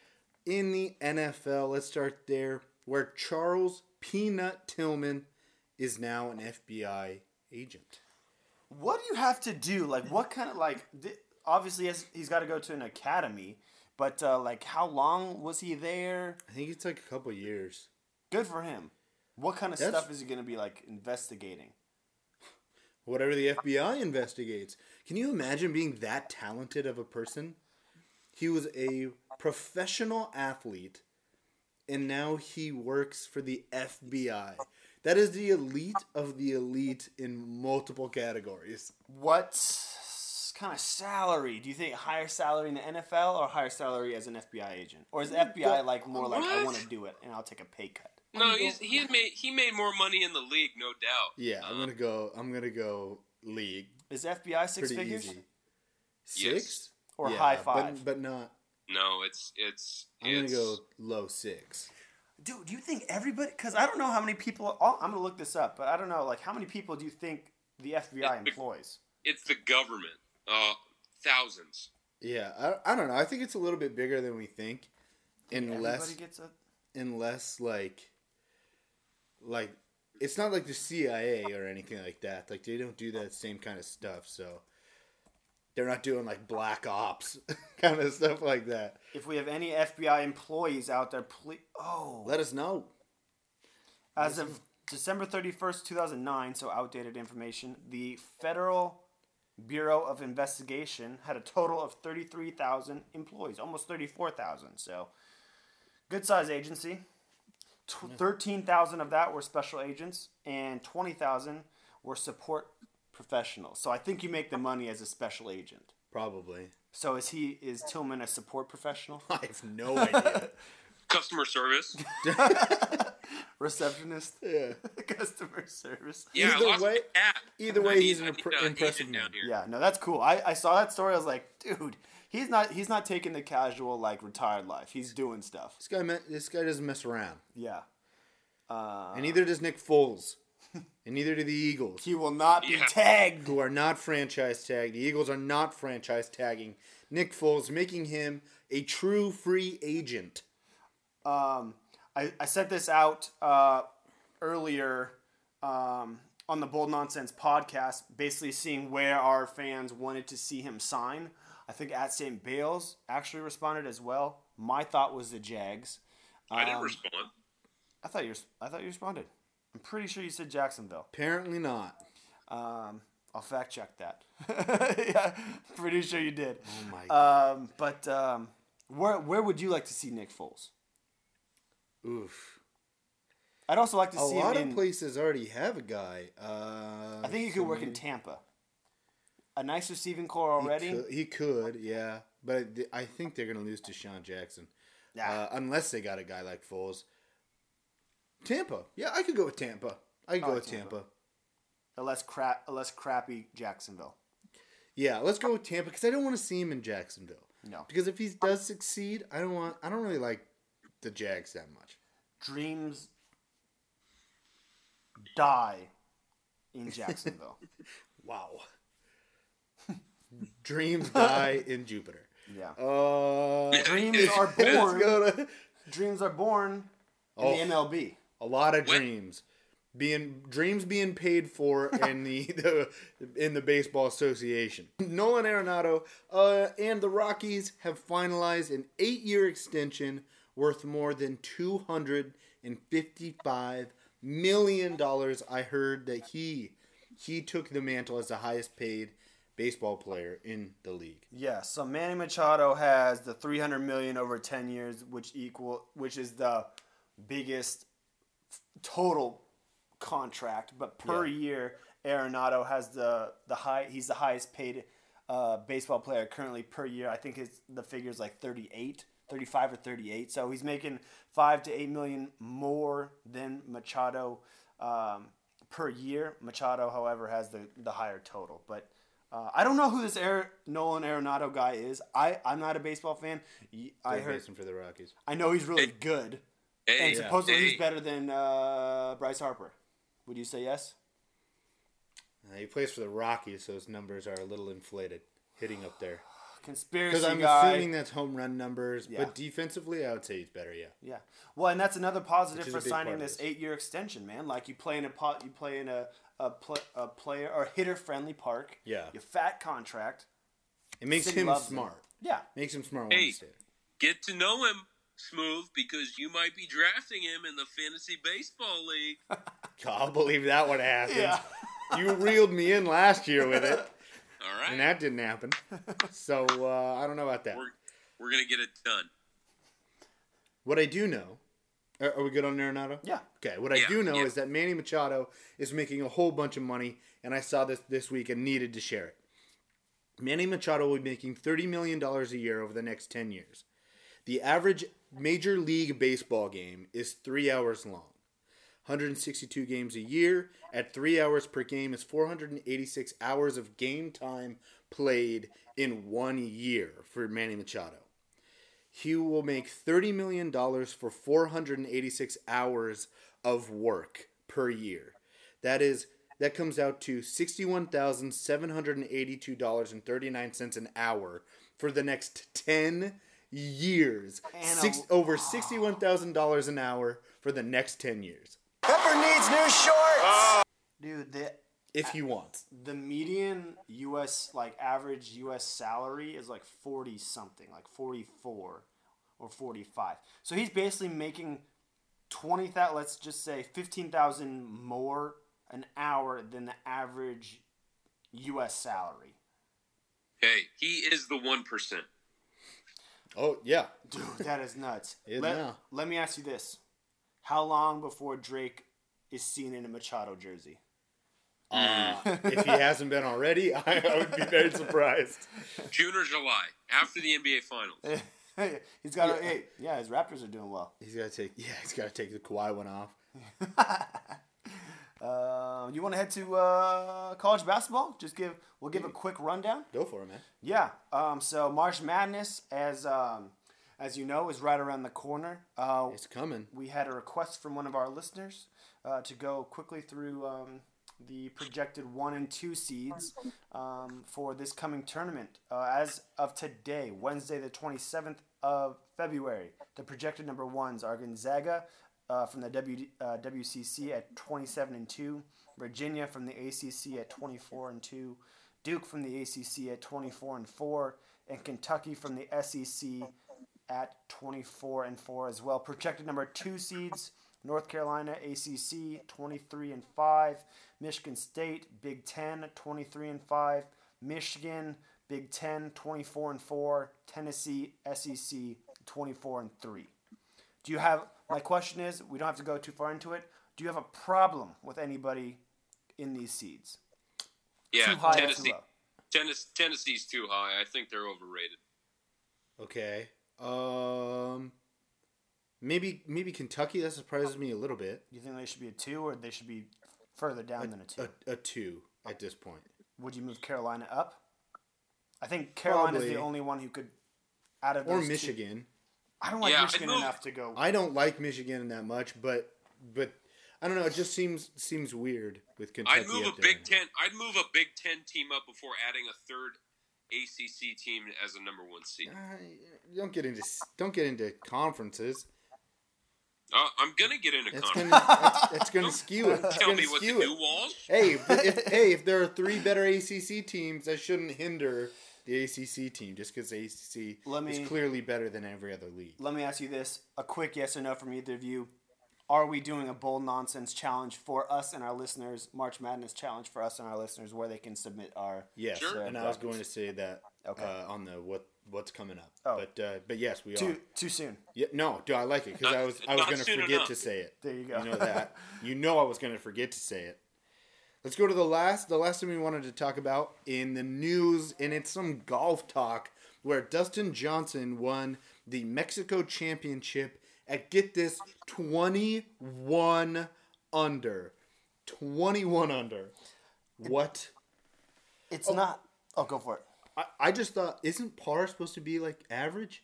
[SPEAKER 3] in the NFL. Let's start there, where Charles Peanut Tillman is now an FBI agent.
[SPEAKER 1] What do you have to do? Like, what kind of like? Th- obviously, yes, he's got to go to an academy, but uh, like, how long was he there?
[SPEAKER 3] I think it's like a couple years.
[SPEAKER 1] Good for him. What kind of
[SPEAKER 3] That's-
[SPEAKER 1] stuff is he gonna be like investigating?
[SPEAKER 3] Whatever the FBI investigates. Can you imagine being that talented of a person? He was a professional athlete, and now he works for the FBI. That is the elite of the elite in multiple categories.
[SPEAKER 1] What s- kind of salary do you think? Higher salary in the NFL or higher salary as an FBI agent? Or is the FBI like more like I
[SPEAKER 2] What?
[SPEAKER 1] want to do it and I'll take a pay cut?
[SPEAKER 2] No, he's, he had made he made more money in the league, no doubt.
[SPEAKER 3] Yeah,
[SPEAKER 1] Um,
[SPEAKER 3] I'm gonna go. I'm gonna go league.
[SPEAKER 1] Is FBI six figures?
[SPEAKER 3] Six
[SPEAKER 1] Or
[SPEAKER 3] Yeah,
[SPEAKER 1] high
[SPEAKER 3] but-
[SPEAKER 1] five?
[SPEAKER 3] but not.
[SPEAKER 2] No, it's it's
[SPEAKER 3] I'm gonna
[SPEAKER 2] it's
[SPEAKER 3] go low six.
[SPEAKER 1] Dude, do you think everybody? Because I don't know how many people. I'll, I'm gonna look this up, but I don't know like how many people do you think the FBI employs?
[SPEAKER 2] it's the government. Uh, thousands.
[SPEAKER 3] Yeah, I, I don't know. I think it's a little bit bigger than we think, unless
[SPEAKER 1] Everybody gets a.
[SPEAKER 3] unless like like it's not like the CIA or anything like that. Like they don't do that same kind of stuff. So they're not doing like black ops kind of stuff like that.
[SPEAKER 1] If we have any FBI employees out there, please. Oh,
[SPEAKER 3] Let us know.
[SPEAKER 1] As of December 31st, 2009, so outdated information, the Federal Bureau of Investigation had a total of 33,000 employees, almost 34,000. So, good size agency. Tw 13,000 of that were special agents, and 20,000 were support professionals. So, I think you make the money as a special agent.
[SPEAKER 3] Probably.
[SPEAKER 1] So, is he, is Tillman a support professional?
[SPEAKER 3] I have no idea.
[SPEAKER 2] Customer service.
[SPEAKER 1] Receptionist?
[SPEAKER 3] Yeah.
[SPEAKER 1] Customer service.
[SPEAKER 2] Yeah, I
[SPEAKER 3] Either
[SPEAKER 2] lost
[SPEAKER 3] way-
[SPEAKER 2] my hat.
[SPEAKER 3] Either
[SPEAKER 2] I
[SPEAKER 3] way,
[SPEAKER 2] need-
[SPEAKER 3] he's
[SPEAKER 2] I
[SPEAKER 3] an
[SPEAKER 2] need
[SPEAKER 3] impre-
[SPEAKER 2] a agent
[SPEAKER 3] impressive man.
[SPEAKER 2] down here.
[SPEAKER 1] Yeah, no, that's cool. I, I saw that story. I was like, dude, he's not he's not taking the casual like retired life. He's doing stuff.
[SPEAKER 3] This guy, me- this guy doesn't mess around,
[SPEAKER 1] Yeah, uh,
[SPEAKER 3] and neither does Nick Foles, and neither do the Eagles,
[SPEAKER 1] he will not be
[SPEAKER 3] Yeah.
[SPEAKER 1] tagged.
[SPEAKER 3] who are not franchise tagged. The Eagles are not franchise tagging Nick Foles, making him a true free agent.
[SPEAKER 1] Um, I I sent this out uh, earlier um, on the Bold Nonsense podcast, basically seeing where our fans wanted to see him sign. I think at St. Bales actually responded as well. My thought was the Jags.
[SPEAKER 2] I didn't
[SPEAKER 1] Um,
[SPEAKER 2] respond.
[SPEAKER 1] I thought you res- I thought you responded. I'm pretty sure you said Jacksonville.
[SPEAKER 3] Apparently not.
[SPEAKER 1] Um, I'll fact check that. yeah, pretty sure you did.
[SPEAKER 3] Oh my
[SPEAKER 1] Um, but um, where where would you like to see Nick Foles?
[SPEAKER 3] Oof.
[SPEAKER 1] I'd also like to
[SPEAKER 3] a
[SPEAKER 1] see
[SPEAKER 3] lot
[SPEAKER 1] him
[SPEAKER 3] of
[SPEAKER 1] in-
[SPEAKER 3] places already have a guy. Uh,
[SPEAKER 1] I think he could work in Tampa. A nice receiving core already.
[SPEAKER 3] He could, he could, yeah, but th- I think they're gonna lose to Sean Jackson,
[SPEAKER 1] Ah.
[SPEAKER 3] uh, unless they got a guy like Foles. Tampa, yeah, I could go with Tampa. I could
[SPEAKER 1] I
[SPEAKER 3] go
[SPEAKER 1] like
[SPEAKER 3] with
[SPEAKER 1] Oh, Tampa.
[SPEAKER 3] Tampa.
[SPEAKER 1] A less crap, a less crappy Jacksonville.
[SPEAKER 3] Yeah, let's go with Tampa because I don't want to see him in Jacksonville.
[SPEAKER 1] No.
[SPEAKER 3] because if he does succeed, I don't want. I don't really like the Jags that much.
[SPEAKER 1] Dreams die in Jacksonville.
[SPEAKER 3] wow. Dreams die in Jupiter.
[SPEAKER 1] Yeah.
[SPEAKER 3] Uh,
[SPEAKER 1] Dreams are
[SPEAKER 3] let's
[SPEAKER 1] born.
[SPEAKER 3] go to-
[SPEAKER 1] dreams are born in
[SPEAKER 3] Oh.
[SPEAKER 1] the MLB.
[SPEAKER 3] a lot of dreams being dreams being paid for in the, the in the baseball association. Nolan Arenado uh, and the Rockies have finalized an eight-year extension worth more than two hundred and fifty-five million dollars. I heard that he he took the mantle as the highest-paid baseball player in the league.
[SPEAKER 1] Yeah, so Manny Machado has the 300 million over 10 years, which equal which is the biggest f- total contract, but per year Arenado has the the high he's the highest paid uh, baseball player currently per year. I think his the figure's like 38, 35 or 38. So he's making 5 to 8 million more than Machado um, per year. Machado however has the the higher total, but uh, I don't know who this Air, Nolan Arenado guy is. I, I'm not a baseball fan. Y- I
[SPEAKER 3] Third
[SPEAKER 1] heard,
[SPEAKER 3] baseman for the Rockies.
[SPEAKER 1] I know he's really good,
[SPEAKER 3] Hey.
[SPEAKER 1] and
[SPEAKER 3] Yeah.
[SPEAKER 1] supposedly
[SPEAKER 3] Hey.
[SPEAKER 1] he's better than uh, Bryce Harper. Would you say yes?
[SPEAKER 3] Uh, he plays for the Rockies, so his numbers are a little inflated, hitting up there.
[SPEAKER 1] Conspiracy
[SPEAKER 3] Because I'm
[SPEAKER 1] guy.
[SPEAKER 3] assuming that's home run numbers,
[SPEAKER 1] Yeah.
[SPEAKER 3] but defensively, I would say he's better. Yeah.
[SPEAKER 1] Yeah. Well, and that's another positive
[SPEAKER 3] Which is
[SPEAKER 1] for
[SPEAKER 3] a big part
[SPEAKER 1] signing
[SPEAKER 3] of
[SPEAKER 1] this eight-year extension, man. Like you play in a pot, you play in a a, pl- a player or hitter-friendly park.
[SPEAKER 3] Yeah.
[SPEAKER 1] Your fat contract.
[SPEAKER 3] It makes
[SPEAKER 1] City
[SPEAKER 3] him
[SPEAKER 1] loves
[SPEAKER 3] smart.
[SPEAKER 1] Yeah.
[SPEAKER 3] Makes him smart.
[SPEAKER 2] Hey,
[SPEAKER 3] Wednesday.
[SPEAKER 2] get to know him, Smooth, because you might be drafting him in the fantasy baseball league.
[SPEAKER 3] God, I'll believe that one happens.
[SPEAKER 2] Yeah.
[SPEAKER 3] you reeled me in last year with it.
[SPEAKER 2] All right.
[SPEAKER 3] And that didn't happen. So uh, I don't know about that.
[SPEAKER 2] We're, we're gonna get it done.
[SPEAKER 3] What I do know, are, are we good on Arenado?
[SPEAKER 1] Yeah.
[SPEAKER 3] Okay. What I
[SPEAKER 2] Yeah,
[SPEAKER 3] do know
[SPEAKER 2] yeah.
[SPEAKER 3] is that Manny Machado is making a whole bunch of money, and I saw this this week and needed to share it. Manny Machado will be making thirty million dollars a year over the next ten years. The average Major League Baseball game is three hours long. 162 games a year at three hours per game is 486 hours of game time played in one year for Manny Machado he will make $30 million for 486 hours of work per year. That is that comes out to $61,782.39 an hour for the next 10 years. Six, over $61,000 an hour for the next 10 years
[SPEAKER 14] Pepper needs new shorts.
[SPEAKER 1] Dude, the
[SPEAKER 3] if he wants.
[SPEAKER 1] the median U.S. like average U.S. salary is like forty something, like forty four or forty five. So he's basically making twenty thousand. Let's just say fifteen thousand more an hour than the average U.S. salary.
[SPEAKER 2] Hey, he is the one percent.
[SPEAKER 3] Oh, yeah.
[SPEAKER 1] Dude, that is nuts.
[SPEAKER 3] Yeah,
[SPEAKER 1] let,
[SPEAKER 3] no.
[SPEAKER 1] let me ask you this: How long before Drake is seen in a Machado jersey?
[SPEAKER 3] Uh, if he hasn't been already, I, I would be very surprised.
[SPEAKER 2] June or July after the NBA
[SPEAKER 3] Eh,
[SPEAKER 2] Finals.
[SPEAKER 1] he's got. Yeah. Hey, yeah, his Raptors are doing well.
[SPEAKER 3] He's got to take, yeah, he's got to take the Kawhi one off.
[SPEAKER 1] Uh, you want to head to uh, college basketball? Just give we'll give a quick rundown.
[SPEAKER 3] Go for it, man.
[SPEAKER 1] Yeah. Um, so March Madness, as um, as you know, is right around the corner. Uh,
[SPEAKER 3] it's coming.
[SPEAKER 1] We had a request from one of our listeners uh, to go quickly through um, the projected one and two seeds um, for this coming tournament. Uh, as of today, Wednesday, the twenty seventh of February, the projected number ones are Gonzaga uh, from the w, uh, WCC at twenty seven and two, Virginia from the ACC at twenty four and two. Duke from the ACC at 24 and 4, and Kentucky from the E SEC at 24 and 4 as well. Projected number two seeds North Carolina, ACC 23 and 5, Michigan State, Big 10 23 and 5, Michigan, Big E 10 24 and 4, Tennessee, SEC 24 and 3. Do you have? My question is, we don't have to go too far into it. Do you have a problem with anybody in these seeds?
[SPEAKER 2] Yeah,
[SPEAKER 1] Too high or too
[SPEAKER 2] Tennessee.
[SPEAKER 1] low?
[SPEAKER 2] Tennessee. Tennessee's too high. I think they're overrated.
[SPEAKER 3] Okay. Um. Maybe maybe Kentucky. That surprises me a little bit.
[SPEAKER 1] You think they should be a two, or they should be further down than a two?
[SPEAKER 3] A two at this point.
[SPEAKER 1] Would you move Carolina up? I think Carolina's the
[SPEAKER 3] Probably.
[SPEAKER 1] only one who could, out of
[SPEAKER 3] Or
[SPEAKER 1] those two-
[SPEAKER 3] Michigan.
[SPEAKER 1] I don't like Yeah, I'd Michigan move- enough to go-
[SPEAKER 3] I don't like Michigan that much, but but I don't know. It just seems seems weird with Kentucky.
[SPEAKER 2] I'd move
[SPEAKER 3] up
[SPEAKER 2] a
[SPEAKER 3] there.
[SPEAKER 2] Big Ten. I'd move a Big Ten team up before adding a third ACC team as a number one seed.
[SPEAKER 3] Uh, don't get into s- don't get into conferences.
[SPEAKER 2] Uh, I'm gonna get into
[SPEAKER 3] That's
[SPEAKER 2] conference.
[SPEAKER 3] gonna that's, that's gonna skew it. That's
[SPEAKER 2] tell
[SPEAKER 3] gonna
[SPEAKER 2] me what to
[SPEAKER 3] skew it.
[SPEAKER 2] do, Walsh.
[SPEAKER 3] Hey, if, if, hey, if there are three better ACC teams, that shouldn't hinder the ACC team just because ACC
[SPEAKER 1] Let me-
[SPEAKER 3] is clearly better than every other league.
[SPEAKER 1] Let me ask you this: a quick yes or no from either of you. Are we doing a bold nonsense challenge for us and our listeners? March Madness challenge for us and our listeners, where they can submit our
[SPEAKER 3] Yes,
[SPEAKER 1] their
[SPEAKER 3] and I was
[SPEAKER 1] brackets.
[SPEAKER 3] going to say that
[SPEAKER 1] Okay.
[SPEAKER 3] uh, on the what what's coming up.
[SPEAKER 1] Oh.
[SPEAKER 3] But uh, but yes, we
[SPEAKER 1] too
[SPEAKER 3] are.
[SPEAKER 1] too soon.
[SPEAKER 3] Yeah, no, do I like it because I was I was
[SPEAKER 1] Not
[SPEAKER 3] going to
[SPEAKER 1] soon
[SPEAKER 3] forget
[SPEAKER 1] enough.
[SPEAKER 3] to say it.
[SPEAKER 1] There you go.
[SPEAKER 3] You know that. you know I was going to forget to say it. Let's go to the last the last thing we wanted to talk about in the news, and it's some golf talk where Dustin Johnson won the Mexico Championship at get this twenty one under, twenty one under. What?
[SPEAKER 1] It's not. Oh, go for it.
[SPEAKER 3] I, I just thought isn't par supposed to be like average?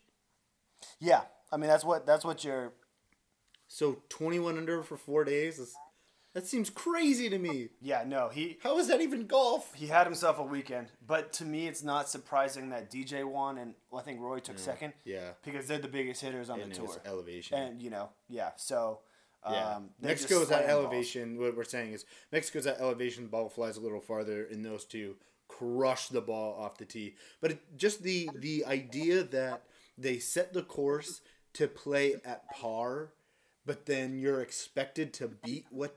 [SPEAKER 1] Yeah, I mean that's what that's what your
[SPEAKER 3] So twenty one under for four days. Is, that seems crazy to me.
[SPEAKER 1] Yeah, no, he.
[SPEAKER 3] How is that even golf?
[SPEAKER 1] He had himself a weekend, but to me, it's not surprising that DJ won, and I think Roy took
[SPEAKER 3] Yeah,
[SPEAKER 1] second.
[SPEAKER 3] yeah.
[SPEAKER 1] because they're the biggest hitters on
[SPEAKER 3] And
[SPEAKER 1] the
[SPEAKER 3] it
[SPEAKER 1] tour.
[SPEAKER 3] was elevation.
[SPEAKER 1] and you know, yeah. So, um,
[SPEAKER 3] Yeah.
[SPEAKER 1] they just
[SPEAKER 3] Mexico's at
[SPEAKER 1] slam balls.
[SPEAKER 3] elevation. What we're saying is Mexico's at elevation. Ball flies a little farther, and those two crush the ball off the tee. But it, just the the idea that they set the course to play at par, but then you're expected to beat what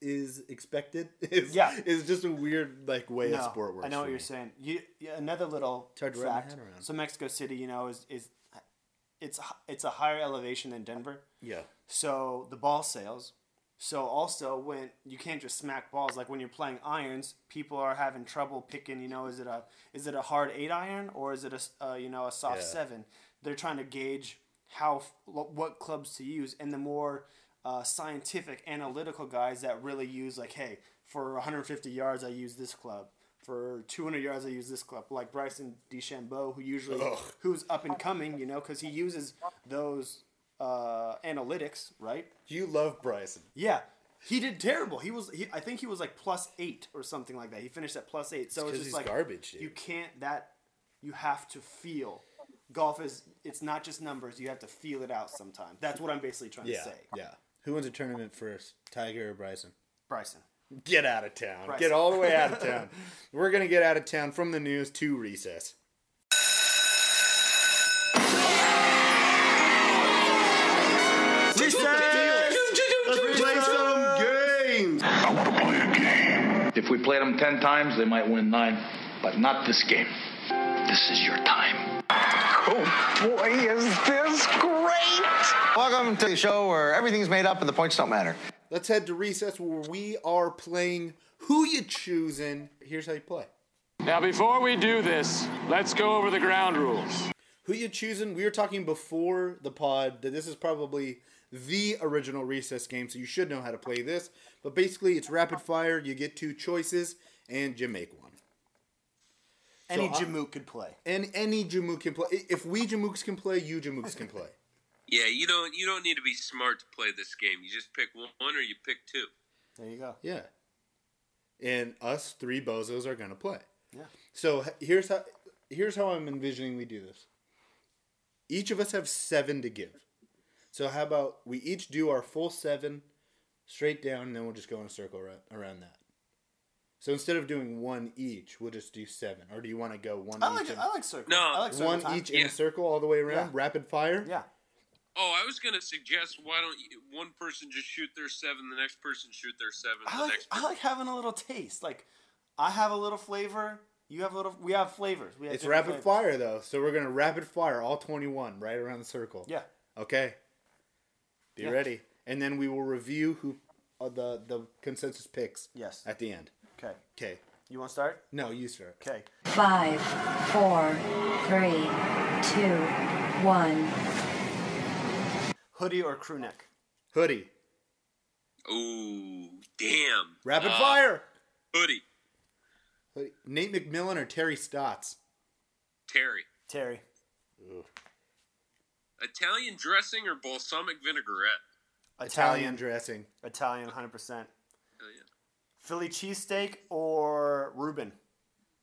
[SPEAKER 3] is expected is
[SPEAKER 1] Yeah.
[SPEAKER 3] is just a weird like way of
[SPEAKER 1] No,
[SPEAKER 3] sport works.
[SPEAKER 1] I know what
[SPEAKER 3] for
[SPEAKER 1] you're
[SPEAKER 3] me.
[SPEAKER 1] saying. You, yeah, another little
[SPEAKER 3] hard to wrap my
[SPEAKER 1] fact.
[SPEAKER 3] head around.
[SPEAKER 1] So Mexico City, you know, is is it's a- it's a higher elevation than Denver.
[SPEAKER 3] Yeah.
[SPEAKER 1] So the ball sales. So also when you can't just smack balls like when you're playing irons, people are having trouble picking. You know, is it a is it a hard eight iron or is it a s- uh, you know a soft
[SPEAKER 3] Yeah.
[SPEAKER 1] seven? They're trying to gauge how f- wh- what clubs to use, and the more uh, scientific analytical guys that really use like, hey, for 150 yards I use this club. For 200 yards, I use this club, like Bryson DeChambeau, who usually
[SPEAKER 3] Ugh.
[SPEAKER 1] who's up and coming, you know, because he uses those uh, analytics, right?
[SPEAKER 3] You love Bryson.
[SPEAKER 1] Yeah, he did terrible. He was, he, I think he was like plus eight or something like that. He finished at plus eight, so it's,
[SPEAKER 3] 'cause
[SPEAKER 1] just
[SPEAKER 3] he's
[SPEAKER 1] like
[SPEAKER 3] garbage, dude.
[SPEAKER 1] You can't that. You have to feel. Golf is it's not just numbers. You have to feel it out sometimes. That's what I'm basically trying
[SPEAKER 3] Yeah.
[SPEAKER 1] to say.
[SPEAKER 3] Yeah. Who wins a tournament first, Tiger or Bryson?
[SPEAKER 1] Bryson.
[SPEAKER 3] Get out of town.
[SPEAKER 1] Bryson.
[SPEAKER 3] Get all the way out of town. We're going to get out of town from the news to recess.
[SPEAKER 5] I want to play a game. If we played them 10 times, they might win 9, but not this game. This is your time.
[SPEAKER 14] Boy, is this great!
[SPEAKER 11] Welcome to the show where everything's made up and the points don't matter.
[SPEAKER 3] Let's head to recess where we are playing Who You Choosing. Here's how you play.
[SPEAKER 13] Now, before we do this, let's go over the ground rules.
[SPEAKER 3] Who You Choosing, we were talking before the pod that this is probably the original recess game, so you should know how to play this. But basically, it's rapid fire. You get two choices, and you make one.
[SPEAKER 1] Any
[SPEAKER 3] So I-
[SPEAKER 1] Jamook could play.
[SPEAKER 3] And any Jamook can play. I- If we Jamooks can play, you Jamooks can play.
[SPEAKER 2] Yeah, you don't you don't need to be smart to play this game. You just pick one or you pick two.
[SPEAKER 1] There you go.
[SPEAKER 3] Yeah. And us three bozos are gonna play.
[SPEAKER 1] Yeah.
[SPEAKER 3] So h- here's how here's how I'm envisioning we do this. Each of us have seven to give. So how about we each do our full seven straight down, and then we'll just go in a circle right, around that. So instead of doing one each, we'll just do seven. Or do you want to go one
[SPEAKER 1] I
[SPEAKER 3] each?
[SPEAKER 1] like
[SPEAKER 3] in-
[SPEAKER 1] I like circle.
[SPEAKER 2] No.
[SPEAKER 1] I like circle
[SPEAKER 3] one
[SPEAKER 1] time.
[SPEAKER 3] each in a circle all the way around,
[SPEAKER 1] Yeah.
[SPEAKER 3] rapid fire.
[SPEAKER 1] Yeah.
[SPEAKER 2] Oh, I was gonna suggest why don't you, one person just shoot their seven, the next person shoot their seven,
[SPEAKER 1] I
[SPEAKER 2] the
[SPEAKER 1] like
[SPEAKER 2] next.
[SPEAKER 1] I like having a little taste. Like I have a little flavor. You have a little. We have flavors. We have
[SPEAKER 3] It's
[SPEAKER 1] different
[SPEAKER 3] rapid
[SPEAKER 1] flavors.
[SPEAKER 3] fire though, so we're gonna rapid fire all twenty one right around the circle.
[SPEAKER 1] Yeah.
[SPEAKER 3] Okay. Be
[SPEAKER 1] Yeah.
[SPEAKER 3] ready, and then we will review who uh, the the consensus picks.
[SPEAKER 1] Yes.
[SPEAKER 3] At the end.
[SPEAKER 1] Okay.
[SPEAKER 3] Okay.
[SPEAKER 1] You want to start?
[SPEAKER 3] No, you start.
[SPEAKER 1] Okay.
[SPEAKER 17] Five, four, three, two, one.
[SPEAKER 1] Hoodie or crew neck?
[SPEAKER 3] Hoodie.
[SPEAKER 2] Ooh, damn.
[SPEAKER 3] Rapid
[SPEAKER 2] Uh,
[SPEAKER 3] fire.
[SPEAKER 2] Hoodie.
[SPEAKER 3] Hoodie. Nate McMillan or Terry Stotts.
[SPEAKER 2] Terry.
[SPEAKER 1] Terry.
[SPEAKER 2] Italian dressing or balsamic vinaigrette?
[SPEAKER 3] Italian dressing.
[SPEAKER 1] Italian, hundred percent.
[SPEAKER 2] Hell yeah.
[SPEAKER 1] Philly cheesesteak or Reuben?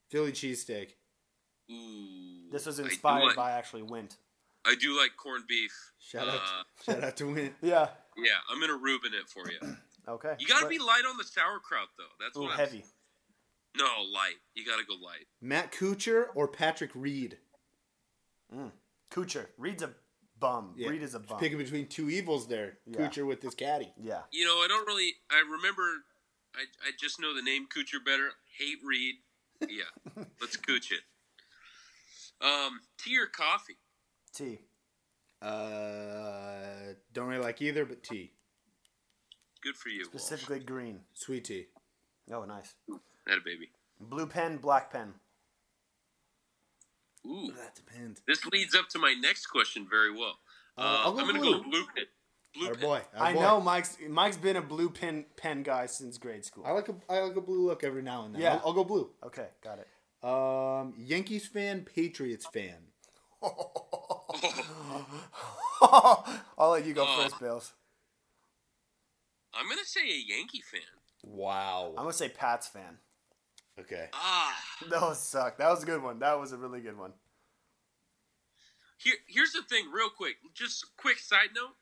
[SPEAKER 3] Philly cheesesteak.
[SPEAKER 2] Ooh.
[SPEAKER 1] This was
[SPEAKER 2] I do
[SPEAKER 1] inspired
[SPEAKER 2] like-
[SPEAKER 1] by actually Wint.
[SPEAKER 2] I do like corned beef.
[SPEAKER 3] Shout
[SPEAKER 2] uh,
[SPEAKER 3] out. shout out to Win.
[SPEAKER 1] Yeah.
[SPEAKER 2] Yeah, I'm gonna Reuben it for you.
[SPEAKER 1] Okay.
[SPEAKER 2] You gotta
[SPEAKER 1] But-
[SPEAKER 2] be light on the sauerkraut though. That's
[SPEAKER 1] Ooh,
[SPEAKER 2] what I'm-
[SPEAKER 1] heavy.
[SPEAKER 2] No, light. You gotta go light.
[SPEAKER 3] Matt Kuchar or Patrick Reed.
[SPEAKER 1] Mm. Kuchar. Reed's a bum. Reed is a bum.
[SPEAKER 3] Picking between two evils there.
[SPEAKER 1] Yeah.
[SPEAKER 3] Kuchar with his caddy.
[SPEAKER 1] Yeah.
[SPEAKER 2] You know, I don't really. I remember. I, I just know the name Kuchar better. Hate Reed. Yeah, let's Cooch it. Um, tea or coffee?
[SPEAKER 1] T.
[SPEAKER 3] Uh, don't really like either, but tea.
[SPEAKER 2] Good for you. Walsh.
[SPEAKER 1] Specifically green.
[SPEAKER 3] Sweet tea.
[SPEAKER 1] Oh, nice.
[SPEAKER 2] That a baby.
[SPEAKER 1] Blue pen, black pen.
[SPEAKER 2] Ooh,
[SPEAKER 3] that depends.
[SPEAKER 2] This leads up to my next question very well.
[SPEAKER 1] Uh,
[SPEAKER 2] Uh,
[SPEAKER 1] I'll go
[SPEAKER 2] I'm gonna
[SPEAKER 1] blue.
[SPEAKER 2] go blue pit. Blue
[SPEAKER 3] Our
[SPEAKER 2] pit.
[SPEAKER 3] boy. Our
[SPEAKER 1] I
[SPEAKER 3] Oh, boy.
[SPEAKER 1] know Mike's Mike's been a blue pen pen guy since grade school.
[SPEAKER 3] I like a I like a blue look every now and then.
[SPEAKER 1] Yeah.
[SPEAKER 3] I'll, I'll go blue.
[SPEAKER 1] Okay, got it.
[SPEAKER 3] Um, Yankees fan, Patriots fan.
[SPEAKER 1] I'll let you
[SPEAKER 2] Oh.
[SPEAKER 1] go first, Bills.
[SPEAKER 2] I'm gonna say a Yankee fan.
[SPEAKER 3] Wow.
[SPEAKER 1] I'm gonna say Pats fan.
[SPEAKER 3] Okay.
[SPEAKER 2] Ah,
[SPEAKER 1] Those suck. That was a good one. That was a really good one.
[SPEAKER 2] Here, here's the thing, real quick. Just quick side note.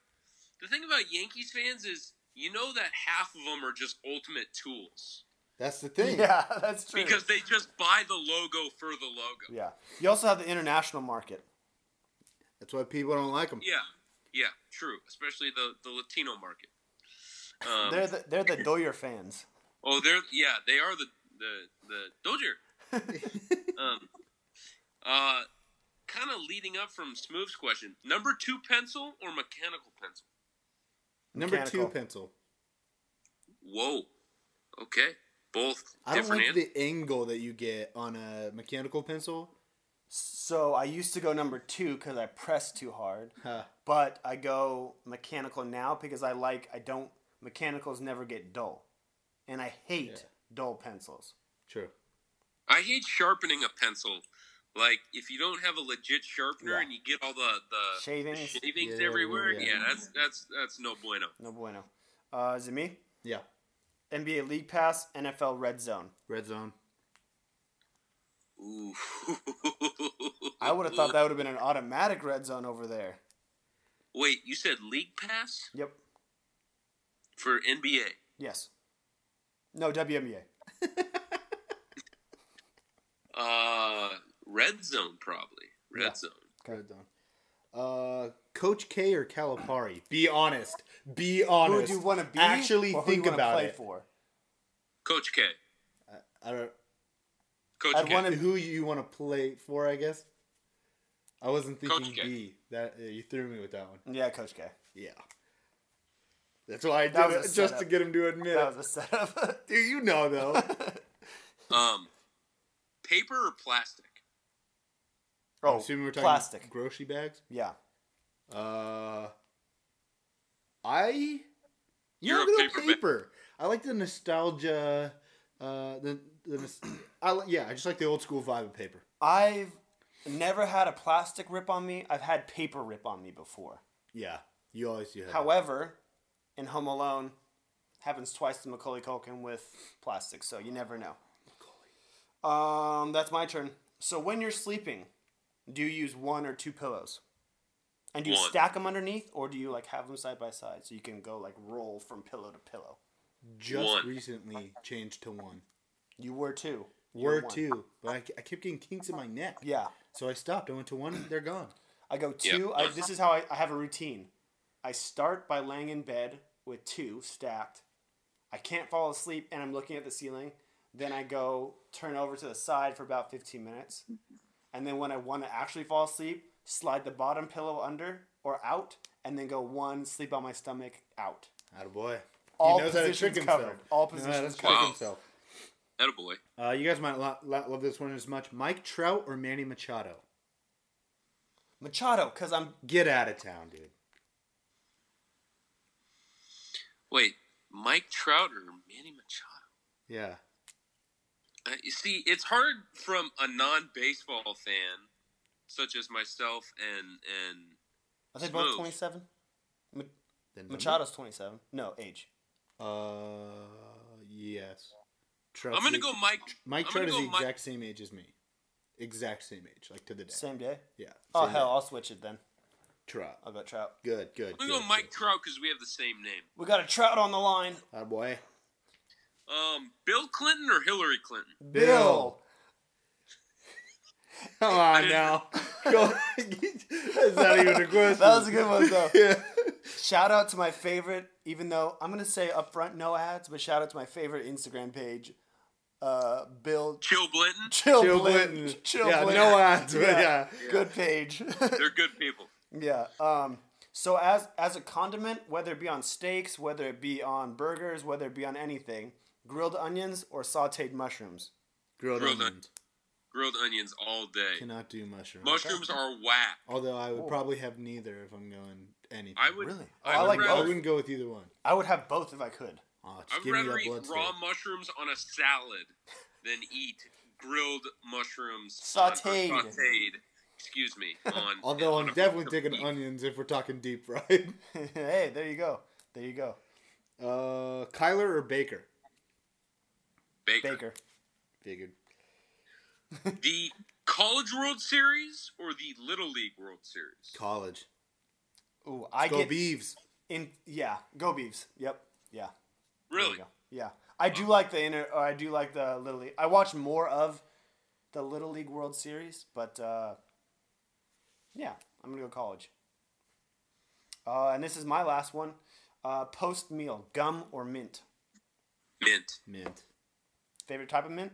[SPEAKER 2] The thing about Yankees fans is, you know that half of them are just ultimate tools
[SPEAKER 3] That's the thing.
[SPEAKER 1] Yeah, that's true.
[SPEAKER 2] because they just buy the logo for the logo.
[SPEAKER 1] yeah. You also have the international market.
[SPEAKER 3] That's why people don't like them.
[SPEAKER 2] Yeah, yeah, true. Especially the the Latino market. Um,
[SPEAKER 1] they're the they're the Doyer fans.
[SPEAKER 2] oh, they're yeah, they are the the the Dozier. um, uh, kind of leading up from Smooth's question. Number two pencil or mechanical pencil?
[SPEAKER 3] Number two
[SPEAKER 1] Mechanical.
[SPEAKER 3] pencil.
[SPEAKER 2] Whoa. Okay. Both
[SPEAKER 3] I don't
[SPEAKER 2] different
[SPEAKER 3] like
[SPEAKER 2] answers.
[SPEAKER 3] the angle that you get on a mechanical pencil.
[SPEAKER 1] So I used to go number two because I press too hard,
[SPEAKER 3] Huh.
[SPEAKER 1] but I go mechanical now because I like I don't mechanicals never get dull, and I hate dull pencils.
[SPEAKER 3] True.
[SPEAKER 2] I hate sharpening a pencil. Like if you don't have a legit sharpener
[SPEAKER 1] Yeah.
[SPEAKER 2] and you get all the the
[SPEAKER 1] Shavings?
[SPEAKER 2] the shavings
[SPEAKER 1] Yeah,
[SPEAKER 2] everywhere,
[SPEAKER 1] yeah.
[SPEAKER 2] yeah. that's that's that's no bueno.
[SPEAKER 1] No bueno. Uh, is it me?
[SPEAKER 3] Yeah.
[SPEAKER 1] NBA League Pass, NFL Red Zone.
[SPEAKER 3] Red zone.
[SPEAKER 2] Ooh.
[SPEAKER 1] I would have thought that would have been an automatic Red Zone over there.
[SPEAKER 2] Wait, you said league pass
[SPEAKER 1] Yep.
[SPEAKER 2] for NBA?
[SPEAKER 1] Yes. No WNBA.
[SPEAKER 2] Uh, red zone probably. Red
[SPEAKER 3] Yeah.
[SPEAKER 2] zone.
[SPEAKER 3] Red zone. Uh, Coach K or Calipari? Be honest. Be
[SPEAKER 1] Who
[SPEAKER 3] honest.
[SPEAKER 1] would you want to be?
[SPEAKER 3] Actually,
[SPEAKER 1] or who
[SPEAKER 3] think
[SPEAKER 1] you wanna
[SPEAKER 3] about
[SPEAKER 1] play
[SPEAKER 3] it.
[SPEAKER 1] For?
[SPEAKER 2] Coach K.
[SPEAKER 3] I don't.
[SPEAKER 2] Coach
[SPEAKER 3] I'd
[SPEAKER 2] K.
[SPEAKER 3] want to who you want to play for. I guess. I wasn't
[SPEAKER 2] Coach
[SPEAKER 3] thinking
[SPEAKER 2] K.
[SPEAKER 3] B. That uh, you threw me with that one.
[SPEAKER 1] Yeah, Coach K.
[SPEAKER 3] Yeah. That's why I did
[SPEAKER 1] That was
[SPEAKER 3] it
[SPEAKER 1] a
[SPEAKER 3] just to
[SPEAKER 1] setup.
[SPEAKER 3] get him to admit.
[SPEAKER 1] That
[SPEAKER 3] it.
[SPEAKER 1] was a setup.
[SPEAKER 3] Dude, you know though.
[SPEAKER 2] Um, paper or plastic?
[SPEAKER 1] oh,
[SPEAKER 3] Assuming we're talking
[SPEAKER 1] plastic.
[SPEAKER 3] grocery bags.
[SPEAKER 1] Yeah.
[SPEAKER 3] Uh, I.
[SPEAKER 2] You're
[SPEAKER 3] You're
[SPEAKER 2] a
[SPEAKER 3] good
[SPEAKER 2] paper
[SPEAKER 3] paper.
[SPEAKER 2] ba-
[SPEAKER 3] I like the nostalgia. Uh, the the. nos- I li- yeah, I just like the old school vibe of paper.
[SPEAKER 1] I've never had a plastic rip on me. I've had paper rip on me before.
[SPEAKER 3] Yeah, you always do. Have that.
[SPEAKER 1] However, in Home Alone, happens twice to Macaulay Culkin with plastic, so you never know. Um, that's my turn. So when you're sleeping, do you use one or two pillows? And do you
[SPEAKER 2] One.
[SPEAKER 1] stack them underneath, or do you like have them side by side so you can go like roll from pillow to pillow?
[SPEAKER 3] just
[SPEAKER 2] One.
[SPEAKER 3] recently changed to one.
[SPEAKER 1] You were two. You
[SPEAKER 3] Were
[SPEAKER 1] one.
[SPEAKER 3] two, but I, I kept getting kinks in my neck.
[SPEAKER 1] Yeah.
[SPEAKER 3] So I stopped. I went to one. They're gone.
[SPEAKER 1] I go two. I, this is how I, I have a routine. I start by laying in bed with two stacked. I can't fall asleep and I'm looking at the ceiling. Then I go turn over to the side for about 15 minutes. And then when I want to actually fall asleep, slide the bottom pillow under or out and then go one, sleep on my stomach, out.
[SPEAKER 3] Out boy.
[SPEAKER 1] All
[SPEAKER 3] he knows how to
[SPEAKER 1] positions
[SPEAKER 3] trick himself.
[SPEAKER 1] covered. All
[SPEAKER 3] He knows how to
[SPEAKER 1] positions
[SPEAKER 3] trick
[SPEAKER 1] covered.
[SPEAKER 3] himself.
[SPEAKER 2] Attaboy.
[SPEAKER 3] Uh, you guys might not, not love this one as much. Mike Trout or Manny Machado?
[SPEAKER 1] Machado, because I'm.
[SPEAKER 3] Get out of town, dude.
[SPEAKER 2] Wait, Mike Trout or Manny Machado?
[SPEAKER 3] Yeah.
[SPEAKER 2] Uh, you see, it's hard from a non-baseball fan, such as myself and and.
[SPEAKER 1] Are they both
[SPEAKER 2] Smooth.
[SPEAKER 1] 27? Ma-
[SPEAKER 3] number?
[SPEAKER 1] Machado's 27. No, age.
[SPEAKER 3] Uh, yes.
[SPEAKER 2] I'm gonna
[SPEAKER 3] the-
[SPEAKER 2] go Mike-
[SPEAKER 3] Mike
[SPEAKER 2] I'm
[SPEAKER 3] Trout
[SPEAKER 2] gonna
[SPEAKER 3] is
[SPEAKER 2] go
[SPEAKER 3] the
[SPEAKER 2] Mike-
[SPEAKER 3] exact same age as me. Exact same age, like to the day.
[SPEAKER 1] Same day?
[SPEAKER 3] Yeah.
[SPEAKER 1] Oh,
[SPEAKER 3] same
[SPEAKER 1] hell,
[SPEAKER 3] day.
[SPEAKER 1] I'll switch it then.
[SPEAKER 3] Trout.
[SPEAKER 1] I'll go Trout.
[SPEAKER 3] Good, good.
[SPEAKER 2] We
[SPEAKER 3] good.
[SPEAKER 2] go Mike Trout because we have the same name.
[SPEAKER 1] We got a Trout on the line.
[SPEAKER 3] Oh boy.
[SPEAKER 2] Um, Bill Clinton or Hillary Clinton?
[SPEAKER 3] Bill. Come on now. Go- That's not even a question.
[SPEAKER 1] That was a good one, though.
[SPEAKER 3] yeah.
[SPEAKER 1] Shout out to my favorite, even though I'm going to say up front no ads, but shout out to my favorite Instagram page, uh, Bill.
[SPEAKER 2] Chill Blinton?
[SPEAKER 1] Chill,
[SPEAKER 3] Chill
[SPEAKER 1] Blinton.
[SPEAKER 3] Blinton.
[SPEAKER 1] Chill
[SPEAKER 3] Yeah,
[SPEAKER 1] Blinton.
[SPEAKER 3] no ads, but yeah.
[SPEAKER 1] Good page.
[SPEAKER 2] They're good people.
[SPEAKER 1] Yeah. Um, so as as a condiment, whether it be on steaks, whether it be on burgers, whether it be on anything, grilled onions or sautéed mushrooms.
[SPEAKER 3] Grilled
[SPEAKER 2] Grilled
[SPEAKER 3] onions.
[SPEAKER 2] Grilled onions all day.
[SPEAKER 3] Cannot do mushrooms.
[SPEAKER 2] Mushrooms are whack.
[SPEAKER 3] Although I would
[SPEAKER 1] Oh.
[SPEAKER 3] probably have neither if I'm going anything.
[SPEAKER 2] I would-
[SPEAKER 3] really.
[SPEAKER 2] I I would like rather-
[SPEAKER 3] I
[SPEAKER 2] both.
[SPEAKER 3] wouldn't go with either one.
[SPEAKER 1] I would have both if I could.
[SPEAKER 3] Oh, just
[SPEAKER 2] I would
[SPEAKER 3] give me
[SPEAKER 2] rather
[SPEAKER 3] that
[SPEAKER 2] eat
[SPEAKER 3] blood
[SPEAKER 2] raw
[SPEAKER 3] stain.
[SPEAKER 2] mushrooms on a salad than eat grilled mushrooms
[SPEAKER 1] Sautéed.
[SPEAKER 2] On, or sautéed. Excuse me. On
[SPEAKER 3] Although
[SPEAKER 2] on
[SPEAKER 3] I'm
[SPEAKER 2] a
[SPEAKER 3] definitely
[SPEAKER 2] piece of
[SPEAKER 3] digging
[SPEAKER 2] meat.
[SPEAKER 3] onions if we're talking deep fried.
[SPEAKER 1] hey, there you go. There you go.
[SPEAKER 3] Uh, Kyler or Baker?
[SPEAKER 2] Baker.
[SPEAKER 1] Baker.
[SPEAKER 3] Figured.
[SPEAKER 2] The College World Series or the Little League World Series?
[SPEAKER 3] College.
[SPEAKER 1] Ooh, I
[SPEAKER 3] go
[SPEAKER 1] get
[SPEAKER 3] Beavs.
[SPEAKER 1] in. Yeah, go Beavs. Yep. Yeah.
[SPEAKER 2] Really?
[SPEAKER 1] Yeah. I do like the inner. Or I do like the Little League. I watch more of the Little League World Series, but uh, yeah, I'm gonna go college. Uh, and this is my last one. Uh, post meal, gum or mint?
[SPEAKER 2] Mint.
[SPEAKER 3] Mint.
[SPEAKER 1] Favorite type of mint?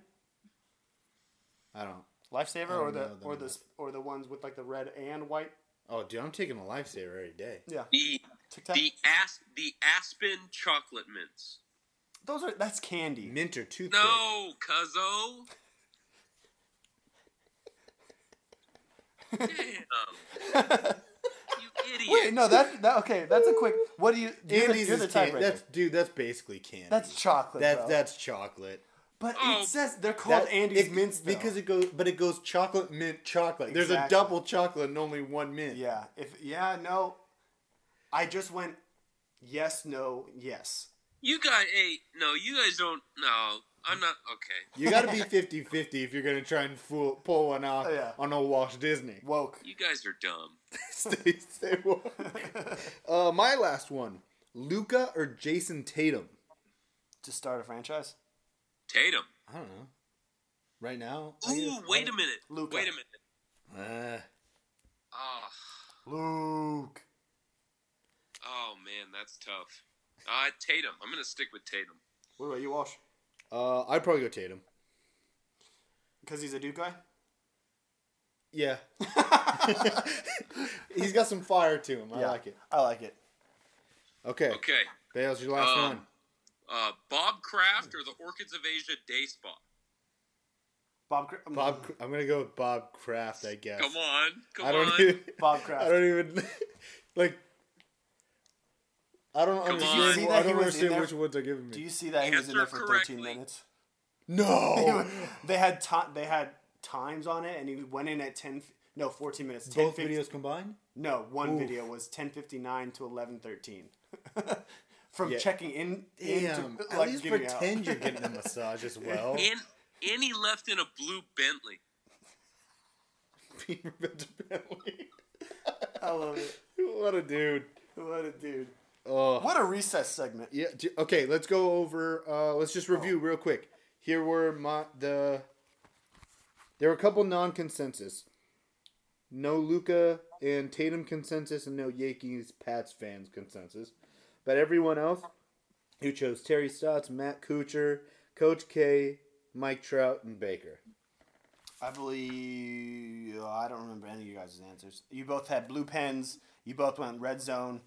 [SPEAKER 3] I don't.
[SPEAKER 1] Lifesaver
[SPEAKER 3] I
[SPEAKER 1] or
[SPEAKER 3] don't
[SPEAKER 1] the
[SPEAKER 3] know Oh, the
[SPEAKER 1] or the
[SPEAKER 3] mint.
[SPEAKER 1] s- or the ones with like the red and white?
[SPEAKER 3] Oh, dude, I'm taking a lifesaver every day.
[SPEAKER 1] Yeah.
[SPEAKER 2] The
[SPEAKER 1] Tic-tac?
[SPEAKER 2] the as, the Aspen chocolate mints.
[SPEAKER 1] Those are that's candy.
[SPEAKER 3] Mint or toothpick.
[SPEAKER 2] No, cuzzo. Damn. you idiot.
[SPEAKER 1] Wait, no, that that okay. That's a quick. What do you? You're
[SPEAKER 3] Andy's
[SPEAKER 1] the, you're
[SPEAKER 3] is
[SPEAKER 1] the
[SPEAKER 3] candy.
[SPEAKER 1] typewriter.
[SPEAKER 3] That's
[SPEAKER 1] That's,
[SPEAKER 3] dude. That's basically candy.
[SPEAKER 1] chocolate.
[SPEAKER 3] That's
[SPEAKER 1] bro.
[SPEAKER 3] that's chocolate.
[SPEAKER 1] But
[SPEAKER 2] Oh.
[SPEAKER 1] it says they're called
[SPEAKER 3] That-
[SPEAKER 1] Andy's
[SPEAKER 3] it-
[SPEAKER 1] mints though.
[SPEAKER 3] because it goes, but it goes chocolate mint chocolate. There's a
[SPEAKER 1] Exactly.
[SPEAKER 3] double chocolate and only one mint.
[SPEAKER 1] yeah, if yeah, no, I just went yes, no, yes.
[SPEAKER 2] You guys, hey, no, you guys don't. No, I'm not. Okay,
[SPEAKER 3] You got to be 50-50 if you're gonna try and fool, pull one off
[SPEAKER 1] Oh, yeah.
[SPEAKER 3] on old Walt Disney.
[SPEAKER 1] Woke.
[SPEAKER 2] you guys are dumb.
[SPEAKER 3] stay, stay woke. uh, my last one: Luca or Jason Tatum?
[SPEAKER 1] To start a franchise.
[SPEAKER 2] Tatum.
[SPEAKER 3] I don't know. Right now. I
[SPEAKER 2] Ooh,
[SPEAKER 3] guess.
[SPEAKER 2] wait a minute.
[SPEAKER 1] Luka.
[SPEAKER 2] Wait a minute.
[SPEAKER 3] Uh,
[SPEAKER 2] Oh,
[SPEAKER 1] Luke.
[SPEAKER 2] oh man, that's tough. Uh, Tatum. I'm gonna stick with Tatum.
[SPEAKER 1] What about you, Walsh?
[SPEAKER 3] uh, I'd probably go Tatum.
[SPEAKER 1] Because he's a Duke guy.
[SPEAKER 3] Yeah. He's got some fire to him. I
[SPEAKER 1] Yeah,
[SPEAKER 3] like it.
[SPEAKER 1] I like it.
[SPEAKER 3] Okay.
[SPEAKER 2] Okay.
[SPEAKER 3] Bale's your last
[SPEAKER 2] Um,
[SPEAKER 3] one.
[SPEAKER 2] Uh, Bob Kraft or the Orchids of Asia Day Spa.
[SPEAKER 1] Bob. mm, Cr-
[SPEAKER 3] Bob, I'm gonna go with Bob Kraft, I guess.
[SPEAKER 2] Come on, come
[SPEAKER 3] I don't
[SPEAKER 2] on.
[SPEAKER 3] even.
[SPEAKER 1] Bob Kraft.
[SPEAKER 3] I don't even like. I don't
[SPEAKER 2] Come
[SPEAKER 3] understand.
[SPEAKER 2] on. Did you
[SPEAKER 1] see
[SPEAKER 3] I
[SPEAKER 1] that he was in
[SPEAKER 3] don't understand
[SPEAKER 1] there?
[SPEAKER 3] which ones are giving me.
[SPEAKER 1] Do you see that he was in there
[SPEAKER 2] Answer
[SPEAKER 1] for
[SPEAKER 2] correctly.
[SPEAKER 1] 13 minutes?
[SPEAKER 3] no.
[SPEAKER 1] they had ti They had times on it, and he went in at 10. f- No, 14 minutes. 10,
[SPEAKER 3] Both videos combined.
[SPEAKER 1] No, one
[SPEAKER 3] Oof.
[SPEAKER 1] video was 10:59 to 11:13. From
[SPEAKER 3] Yeah.
[SPEAKER 1] checking in, in
[SPEAKER 3] Damn.
[SPEAKER 1] to,
[SPEAKER 3] At
[SPEAKER 1] like,
[SPEAKER 3] least
[SPEAKER 1] getting
[SPEAKER 3] pretend
[SPEAKER 1] out.
[SPEAKER 3] you're getting a massage as well.
[SPEAKER 2] And and he left in a blue Bentley.
[SPEAKER 3] Peter Bentley.
[SPEAKER 1] I love it.
[SPEAKER 3] what a dude.
[SPEAKER 1] What a dude.
[SPEAKER 3] Oh.
[SPEAKER 1] What a recess segment.
[SPEAKER 3] Yeah. d- Okay. Let's go over. Uh, let's just review real quick. Here were my the. There were a couple non-consensus. No Luca and Tatum consensus, and no Yankees Pats fans consensus. But everyone else, who chose Terry Stotts, Matt Kuchar, Coach K, Mike Trout, and Baker.
[SPEAKER 1] oh, I believe I don't remember any of you guys' answers. You both had blue pens. You both went red zone.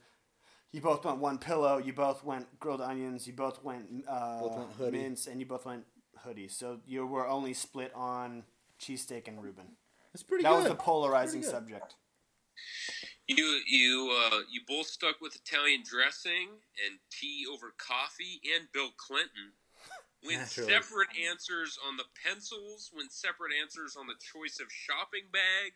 [SPEAKER 1] You both went one pillow. You both went grilled onions. You both went, uh,
[SPEAKER 3] Both went hoodie.
[SPEAKER 1] mince, and you both went hoodie. So you were only split on cheesesteak and Reuben.
[SPEAKER 3] That's pretty
[SPEAKER 1] That was
[SPEAKER 3] good.
[SPEAKER 1] a polarizing
[SPEAKER 3] That's pretty
[SPEAKER 1] subject.
[SPEAKER 2] You you uh, you both stuck with Italian dressing and tea over coffee and Bill Clinton. When
[SPEAKER 3] Naturally.
[SPEAKER 2] separate answers on the pencils, when separate answers on the choice of shopping bag,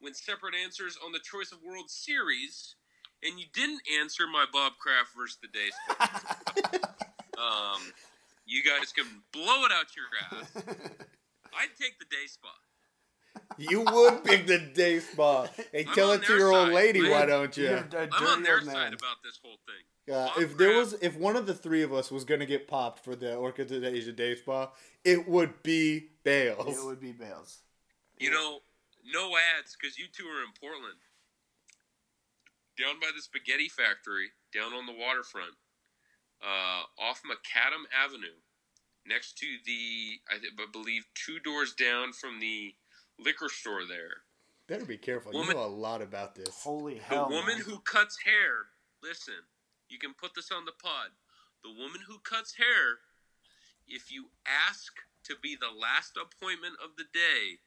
[SPEAKER 2] when separate answers on the choice of World Series, and you didn't answer my Bob Kraft versus the day. special. um, you guys can blow it out your ass. I'd take the day spot.
[SPEAKER 3] You would pick the day spa. Hey, tell it to your old lady, why don't you?
[SPEAKER 2] I'm on their side about this whole thing.
[SPEAKER 3] Uh, if there was, if one of the three of us was gonna get popped for the Orchids of Asia Day Spa, it would be Bales.
[SPEAKER 1] It would be Bales.
[SPEAKER 2] You know, no ads because you two are in Portland. Down by the spaghetti factory, down on the waterfront, uh, off Macadam Avenue, next to the, I th- I believe, two doors down from the liquor store there.
[SPEAKER 3] Better be careful.
[SPEAKER 2] Woman-
[SPEAKER 3] you know a lot about this.
[SPEAKER 1] Holy
[SPEAKER 2] The woman who cuts hair, listen, you can put this on the pod. The woman who cuts hair, if you ask to be the last appointment of the day,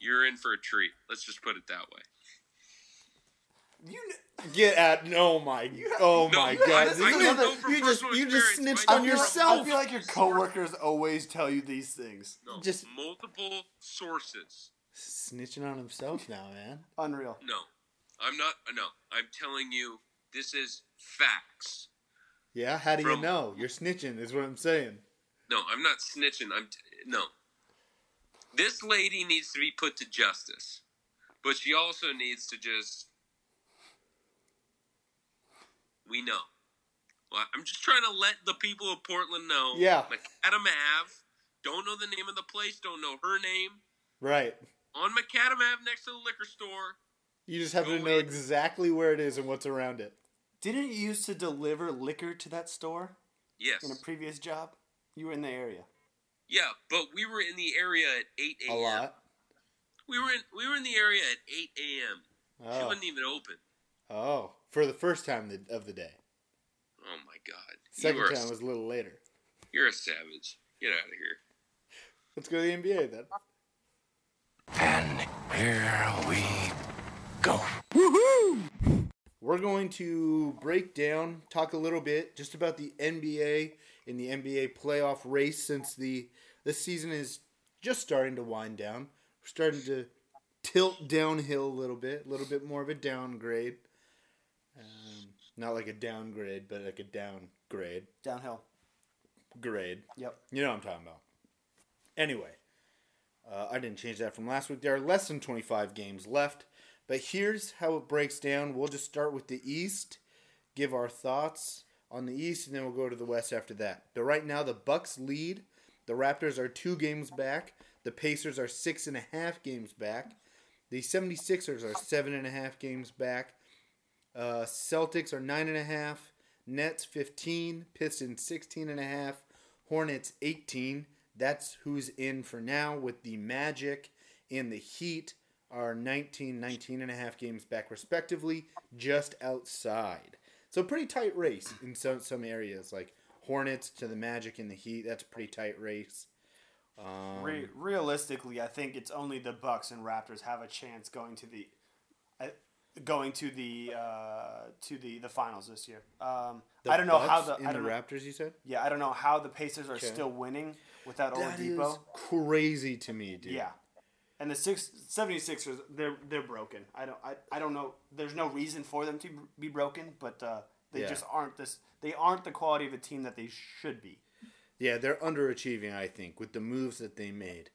[SPEAKER 2] you're in for a treat. Let's just put it that way.
[SPEAKER 3] Get at no my oh
[SPEAKER 2] No,
[SPEAKER 3] my
[SPEAKER 2] you have-
[SPEAKER 3] god!
[SPEAKER 2] I
[SPEAKER 3] This
[SPEAKER 2] don't
[SPEAKER 3] is-
[SPEAKER 2] know from
[SPEAKER 3] you just
[SPEAKER 2] personal
[SPEAKER 3] you just
[SPEAKER 2] experience,
[SPEAKER 3] snitched
[SPEAKER 2] but-
[SPEAKER 3] on
[SPEAKER 2] I feel-
[SPEAKER 1] I
[SPEAKER 3] yourself.
[SPEAKER 1] feel like your coworkers always tell you these things.
[SPEAKER 2] No,
[SPEAKER 3] Just-
[SPEAKER 2] multiple sources.
[SPEAKER 3] Snitching on himself now, man.
[SPEAKER 1] Unreal.
[SPEAKER 2] No, I'm not. No, I'm telling you, this is facts.
[SPEAKER 3] Yeah, how do you
[SPEAKER 2] From-
[SPEAKER 3] know? You're snitching, is what I'm saying.
[SPEAKER 2] No, I'm not snitching. I'm t- no. This lady needs to be put to justice, but she also needs to just. We know. Well, I'm just trying to let the people of Portland know.
[SPEAKER 3] Yeah.
[SPEAKER 2] Macadam Ave. Don't know the name of the place. Don't know her name.
[SPEAKER 3] Right.
[SPEAKER 2] On Macadam Ave, next to the liquor store.
[SPEAKER 3] You just have to know exactly where it is and what's around it.
[SPEAKER 1] Didn't you used to deliver liquor to that store
[SPEAKER 2] Yes.
[SPEAKER 1] in a previous job? You were in the area.
[SPEAKER 2] Yeah, but we were in the area at eight a.m. We were in we were in the area at eight a.m. She
[SPEAKER 3] Oh.
[SPEAKER 2] wasn't even open.
[SPEAKER 3] Oh, for the first time th- of the day.
[SPEAKER 2] Oh my god!
[SPEAKER 3] Second
[SPEAKER 2] you are, a-
[SPEAKER 3] time was a little later.
[SPEAKER 2] you're a savage. Get out of here.
[SPEAKER 3] Let's go to the NBA then.
[SPEAKER 14] Here we go.
[SPEAKER 3] Woohoo! We're going to break down, talk a little bit just about the NBA and the NBA playoff race since the this season is just starting to wind down. We're starting to tilt downhill a little bit, a little bit more of a downgrade. Um, not like a downgrade, but like a downgrade.
[SPEAKER 1] Downhill.
[SPEAKER 3] Grade.
[SPEAKER 1] Yep.
[SPEAKER 3] You know what I'm talking about. Anyway, uh, I didn't change that from last week. There are less than 25 games left, but here's how it breaks down. We'll just start with the East, give our thoughts on the East, and then we'll go to the West after that. But right now, the Bucks lead. The Raptors are two games back. The Pacers are six and a half games back. The 76ers are seven and a half games back. Uh, Celtics are nine and a half. Nets 15. Pistons 16 and a half. Hornets 18. That's who's in for now with the Magic and the Heat are 19, 19 and a half games back respectively, just outside. So pretty tight race in some, some areas like Hornets to the Magic and the Heat. That's a pretty tight race. Um,
[SPEAKER 1] Re- realistically, I think it's only the Bucks and Raptors have a chance going to the I going to the uh, to the, the finals this year. Um,
[SPEAKER 3] the
[SPEAKER 1] I don't know how
[SPEAKER 3] Bucks
[SPEAKER 1] the,
[SPEAKER 3] and
[SPEAKER 1] I don't
[SPEAKER 3] the
[SPEAKER 1] know,
[SPEAKER 3] Raptors. You said
[SPEAKER 1] yeah I don't know how the Pacers are
[SPEAKER 3] Okay.
[SPEAKER 1] still winning without
[SPEAKER 3] That is
[SPEAKER 1] Oladipo.
[SPEAKER 3] crazy to me, dude.
[SPEAKER 1] Yeah. And the six, 76ers, they're they're broken. I don't I, I don't know. There's no reason for them to be broken, but uh, they
[SPEAKER 3] Yeah.
[SPEAKER 1] just aren't this. They aren't the quality of a team that they should be.
[SPEAKER 3] Yeah, they're underachieving, I think, with the moves that they made.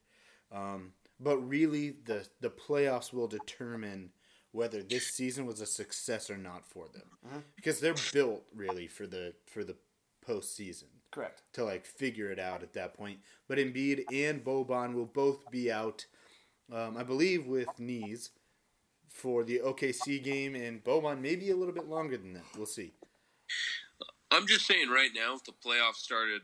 [SPEAKER 3] Um, but really, the the playoffs will determine whether this season was a success or not for them,
[SPEAKER 1] Mhm.
[SPEAKER 3] because they're built really for the for the postseason
[SPEAKER 1] Correct.
[SPEAKER 3] to like figure it out at that point. But Embiid and Boban will both be out, um, I believe, with knees for the OKC game, and Boban maybe a little bit longer than that. We'll see.
[SPEAKER 2] I'm just saying right now, if the playoffs started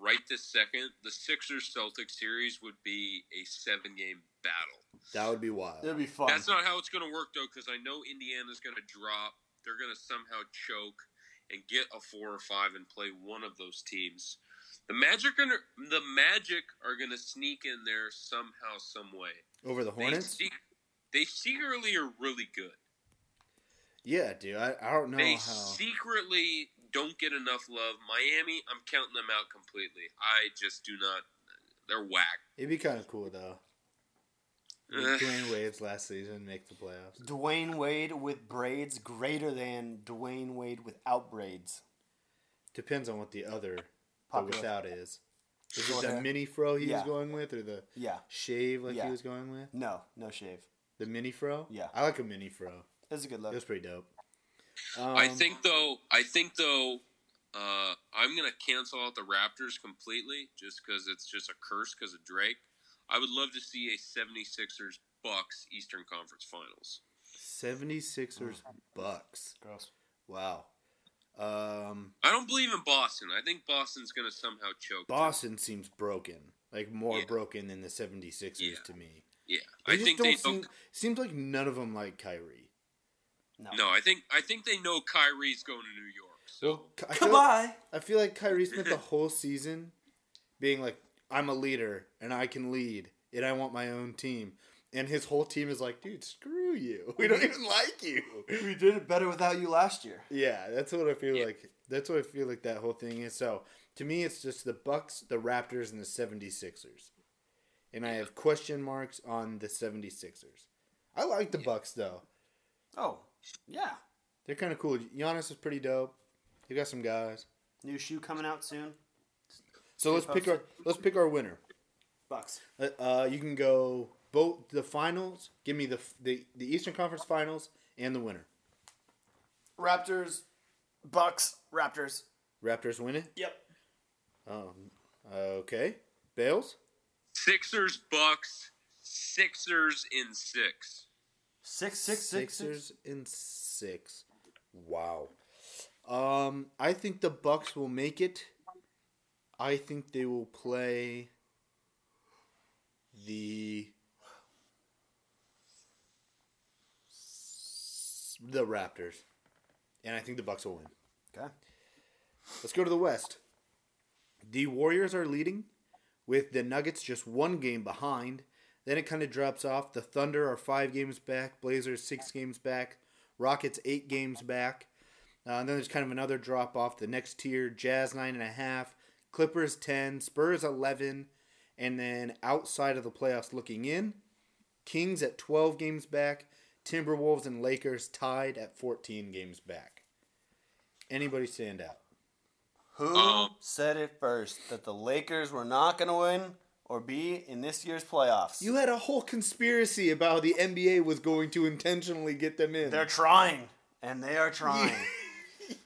[SPEAKER 2] right this second, the Sixers Celtics series would be a seven game battle.
[SPEAKER 3] That would be wild.
[SPEAKER 1] It'd be fun.
[SPEAKER 2] That's not how it's going to work though, because I know Indiana's going to drop. They're going to somehow choke and get a four or five and play one of those teams. The Magic are the Magic are going to sneak in there somehow, some way.
[SPEAKER 3] Over the Hornets?
[SPEAKER 2] They, se- they secretly are really good.
[SPEAKER 3] yeah, dude. I, I don't know
[SPEAKER 2] they
[SPEAKER 3] how.
[SPEAKER 2] secretly don't get enough love. Miami, I'm counting them out completely. I just do not. They're whack.
[SPEAKER 3] It'd be kind of cool though.
[SPEAKER 2] Ugh.
[SPEAKER 3] Dwayne Wade's last season make the playoffs.
[SPEAKER 1] Dwayne Wade with braids greater than Dwayne Wade without braids.
[SPEAKER 3] Depends on what the other the
[SPEAKER 1] Popular.
[SPEAKER 3] without is. Is it
[SPEAKER 1] Short
[SPEAKER 3] the
[SPEAKER 1] hair.
[SPEAKER 3] mini fro he
[SPEAKER 1] Yeah.
[SPEAKER 3] was going with, or the
[SPEAKER 1] Yeah.
[SPEAKER 3] shave like
[SPEAKER 1] Yeah.
[SPEAKER 3] he was going with?
[SPEAKER 1] No, no shave.
[SPEAKER 3] The mini fro.
[SPEAKER 1] Yeah.
[SPEAKER 3] I like a mini fro.
[SPEAKER 1] That's a good look.
[SPEAKER 3] It was pretty dope.
[SPEAKER 2] I
[SPEAKER 3] Um,
[SPEAKER 2] think though. I think though. Uh, I'm gonna cancel out the Raptors completely just because it's just a curse because of Drake. I would love to see a 76ers Bucks Eastern Conference Finals.
[SPEAKER 3] 76ers Bucks.
[SPEAKER 1] Gross.
[SPEAKER 3] Wow. Um,
[SPEAKER 2] I don't believe in Boston. I think Boston's gonna somehow choke.
[SPEAKER 3] Boston seems broken. Like more
[SPEAKER 2] Yeah.
[SPEAKER 3] broken than the 76ers to me.
[SPEAKER 2] Yeah,
[SPEAKER 3] They
[SPEAKER 2] I
[SPEAKER 3] just
[SPEAKER 2] think
[SPEAKER 3] don't
[SPEAKER 2] they
[SPEAKER 3] seem,
[SPEAKER 2] don't.
[SPEAKER 3] seems like none of them like Kyrie.
[SPEAKER 1] No.
[SPEAKER 2] I think I think they know Kyrie's going to New York.
[SPEAKER 3] I feel Goodbye. I feel like Kyrie spent the whole season being like, I'm a leader and I can lead and I want my own team. And his whole team is like, dude, screw you. We don't even like you.
[SPEAKER 1] We did it better without you last year.
[SPEAKER 3] Yeah, that's what I feel like. That's what I feel like that whole thing is. So to me, it's just the Bucks, the Raptors, and the 76ers. And I have question marks on the 76ers. I like the Bucks though.
[SPEAKER 1] Oh, yeah.
[SPEAKER 3] They're kind of cool. Giannis is pretty dope. They got some guys.
[SPEAKER 1] New shoe coming out soon.
[SPEAKER 3] So let's pick our let's pick our winner.
[SPEAKER 1] Bucks.
[SPEAKER 3] Uh, Uh, you can go both the finals. Give me the, the the Eastern Conference Finals and the winner.
[SPEAKER 1] Raptors. Bucks. Raptors.
[SPEAKER 3] Raptors win it.
[SPEAKER 1] Yep.
[SPEAKER 3] Um, okay. Bales.
[SPEAKER 2] Sixers Bucks Sixers in six.
[SPEAKER 1] Six,
[SPEAKER 3] Sixers in six. Wow. Um, I think the Bucks will make it. I think they will play the the Raptors, and I think the Bucks will win.
[SPEAKER 1] Okay.
[SPEAKER 3] Let's go to the West. The Warriors are leading, with the Nuggets just one game behind. Then it kind of drops off. The Thunder are five games back. Blazers six games back. Rockets eight games back. Uh, and then there's kind of another drop off. The next tier: Jazz nine and a half, Clippers ten, Spurs eleven, and then outside of the playoffs, looking in, Kings at twelve games back. Timberwolves and Lakers tied at fourteen games back. Anybody stand out?
[SPEAKER 1] Who said it first that the Lakers were not going to win or be in this year's playoffs?
[SPEAKER 3] You had a whole conspiracy about how the NBA was going to intentionally get them in.
[SPEAKER 1] They're trying, and they are trying.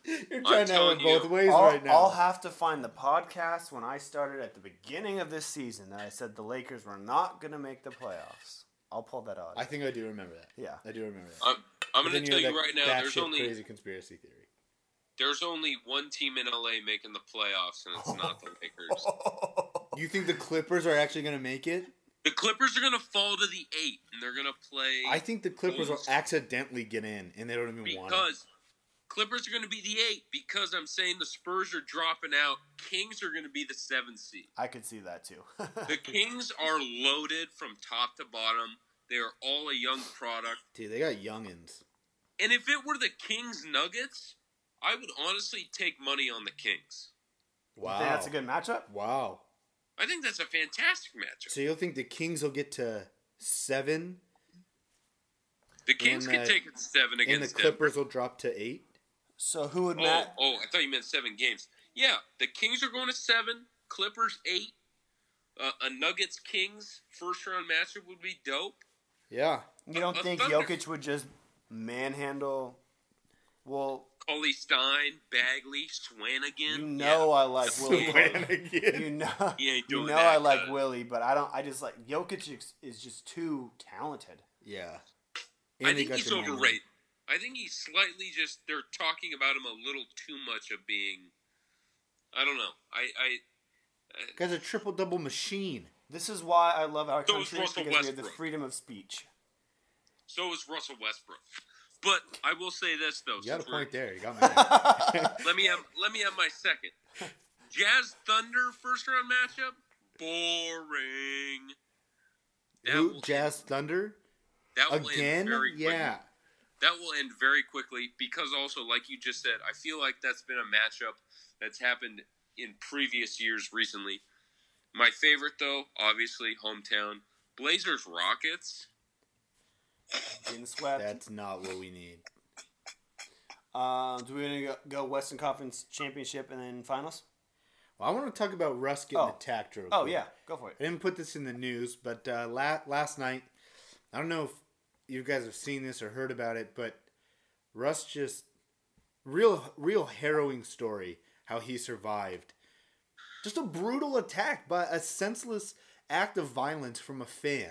[SPEAKER 3] You're trying to have it both ways
[SPEAKER 1] I'll,
[SPEAKER 3] right now.
[SPEAKER 1] I'll have to find the podcast when I started at the beginning of this season that I said the Lakers were not going to make the playoffs. I'll pull that out.
[SPEAKER 3] I think I do remember that.
[SPEAKER 1] Yeah.
[SPEAKER 3] I do remember that.
[SPEAKER 2] I'm, I'm going
[SPEAKER 3] But then
[SPEAKER 2] to tell
[SPEAKER 3] had
[SPEAKER 2] you
[SPEAKER 3] that
[SPEAKER 2] right now. There's
[SPEAKER 3] batshit
[SPEAKER 2] only
[SPEAKER 3] crazy conspiracy theory.
[SPEAKER 2] there's only one team in LA making the playoffs, and it's not the Lakers.
[SPEAKER 3] You think the Clippers are actually going to make it?
[SPEAKER 2] The Clippers are going to fall to the eight, and they're going to play.
[SPEAKER 3] I think the Clippers will accidentally get in, and they don't even want it.
[SPEAKER 2] because Clippers are going to be the eight because I'm saying the Spurs are dropping out. Kings are going to be the seven seed.
[SPEAKER 1] I could see that too.
[SPEAKER 2] The Kings are loaded from top to bottom. They are all a young product.
[SPEAKER 3] Dude, they got youngins.
[SPEAKER 2] And if it were the Kings Nuggets, I would honestly take money on the Kings.
[SPEAKER 3] Wow.
[SPEAKER 1] think that's a good matchup?
[SPEAKER 3] Wow.
[SPEAKER 2] I think that's a fantastic matchup.
[SPEAKER 3] So you'll think the Kings will get to seven,
[SPEAKER 2] The Kings
[SPEAKER 3] And,
[SPEAKER 2] could
[SPEAKER 3] uh,
[SPEAKER 2] take it seven
[SPEAKER 3] and the
[SPEAKER 2] against them.
[SPEAKER 3] Clippers will drop to eight?
[SPEAKER 1] So who would
[SPEAKER 2] Oh, oh, I thought you meant seven games. Yeah, the Kings are going to seven. Clippers eight. Uh, a Nuggets Kings first round matchup would be dope.
[SPEAKER 3] Yeah.
[SPEAKER 1] You don't think
[SPEAKER 2] Thunder.
[SPEAKER 1] Jokic would just manhandle? Well,
[SPEAKER 2] Coley Stein, Bagley, Swanigan.
[SPEAKER 1] you know I like Willie.
[SPEAKER 3] Swanigan.
[SPEAKER 1] You know,
[SPEAKER 2] He ain't
[SPEAKER 1] you
[SPEAKER 2] doing
[SPEAKER 1] know
[SPEAKER 2] that,
[SPEAKER 1] I like
[SPEAKER 2] uh,
[SPEAKER 1] Willie, but I don't. I just like Jokic is- is just too talented.
[SPEAKER 3] Yeah,
[SPEAKER 2] I think he's overrated. I think he's slightly just they're talking about him a little too much of being. I don't know. I I
[SPEAKER 3] Guys, a triple double machine.
[SPEAKER 1] This is why I love our
[SPEAKER 2] So is
[SPEAKER 1] country because
[SPEAKER 2] Russell
[SPEAKER 1] we have the
[SPEAKER 2] Westbrook.
[SPEAKER 1] freedom of speech.
[SPEAKER 2] So is Russell Westbrook. But I will say this though.
[SPEAKER 3] You got a
[SPEAKER 2] since we're-
[SPEAKER 3] point there. You got me. there.
[SPEAKER 2] let me have let me have my second. Jazz Thunder first round matchup. Boring.
[SPEAKER 3] Who, Jazz Thunder?
[SPEAKER 2] That will end
[SPEAKER 3] Again?
[SPEAKER 2] very quickly.
[SPEAKER 3] yeah.
[SPEAKER 2] That will end very quickly because also, like you just said, I feel like that's been a matchup that's happened in previous years recently. My favorite though, obviously, hometown Blazers Rockets.
[SPEAKER 1] Getting swept.
[SPEAKER 3] That's not what we need.
[SPEAKER 1] Um, do we gonna go, go Western Conference Championship and then finals?
[SPEAKER 3] Well, I want to talk about Russ getting
[SPEAKER 1] Oh.
[SPEAKER 3] attacked real
[SPEAKER 1] Oh,
[SPEAKER 3] quick.
[SPEAKER 1] yeah. Go for it.
[SPEAKER 3] I didn't put this in the news, but uh, la- last night, I don't know if you guys have seen this or heard about it, but Russ just real, real harrowing story how he survived. Just a brutal attack by a senseless act of violence from a fan.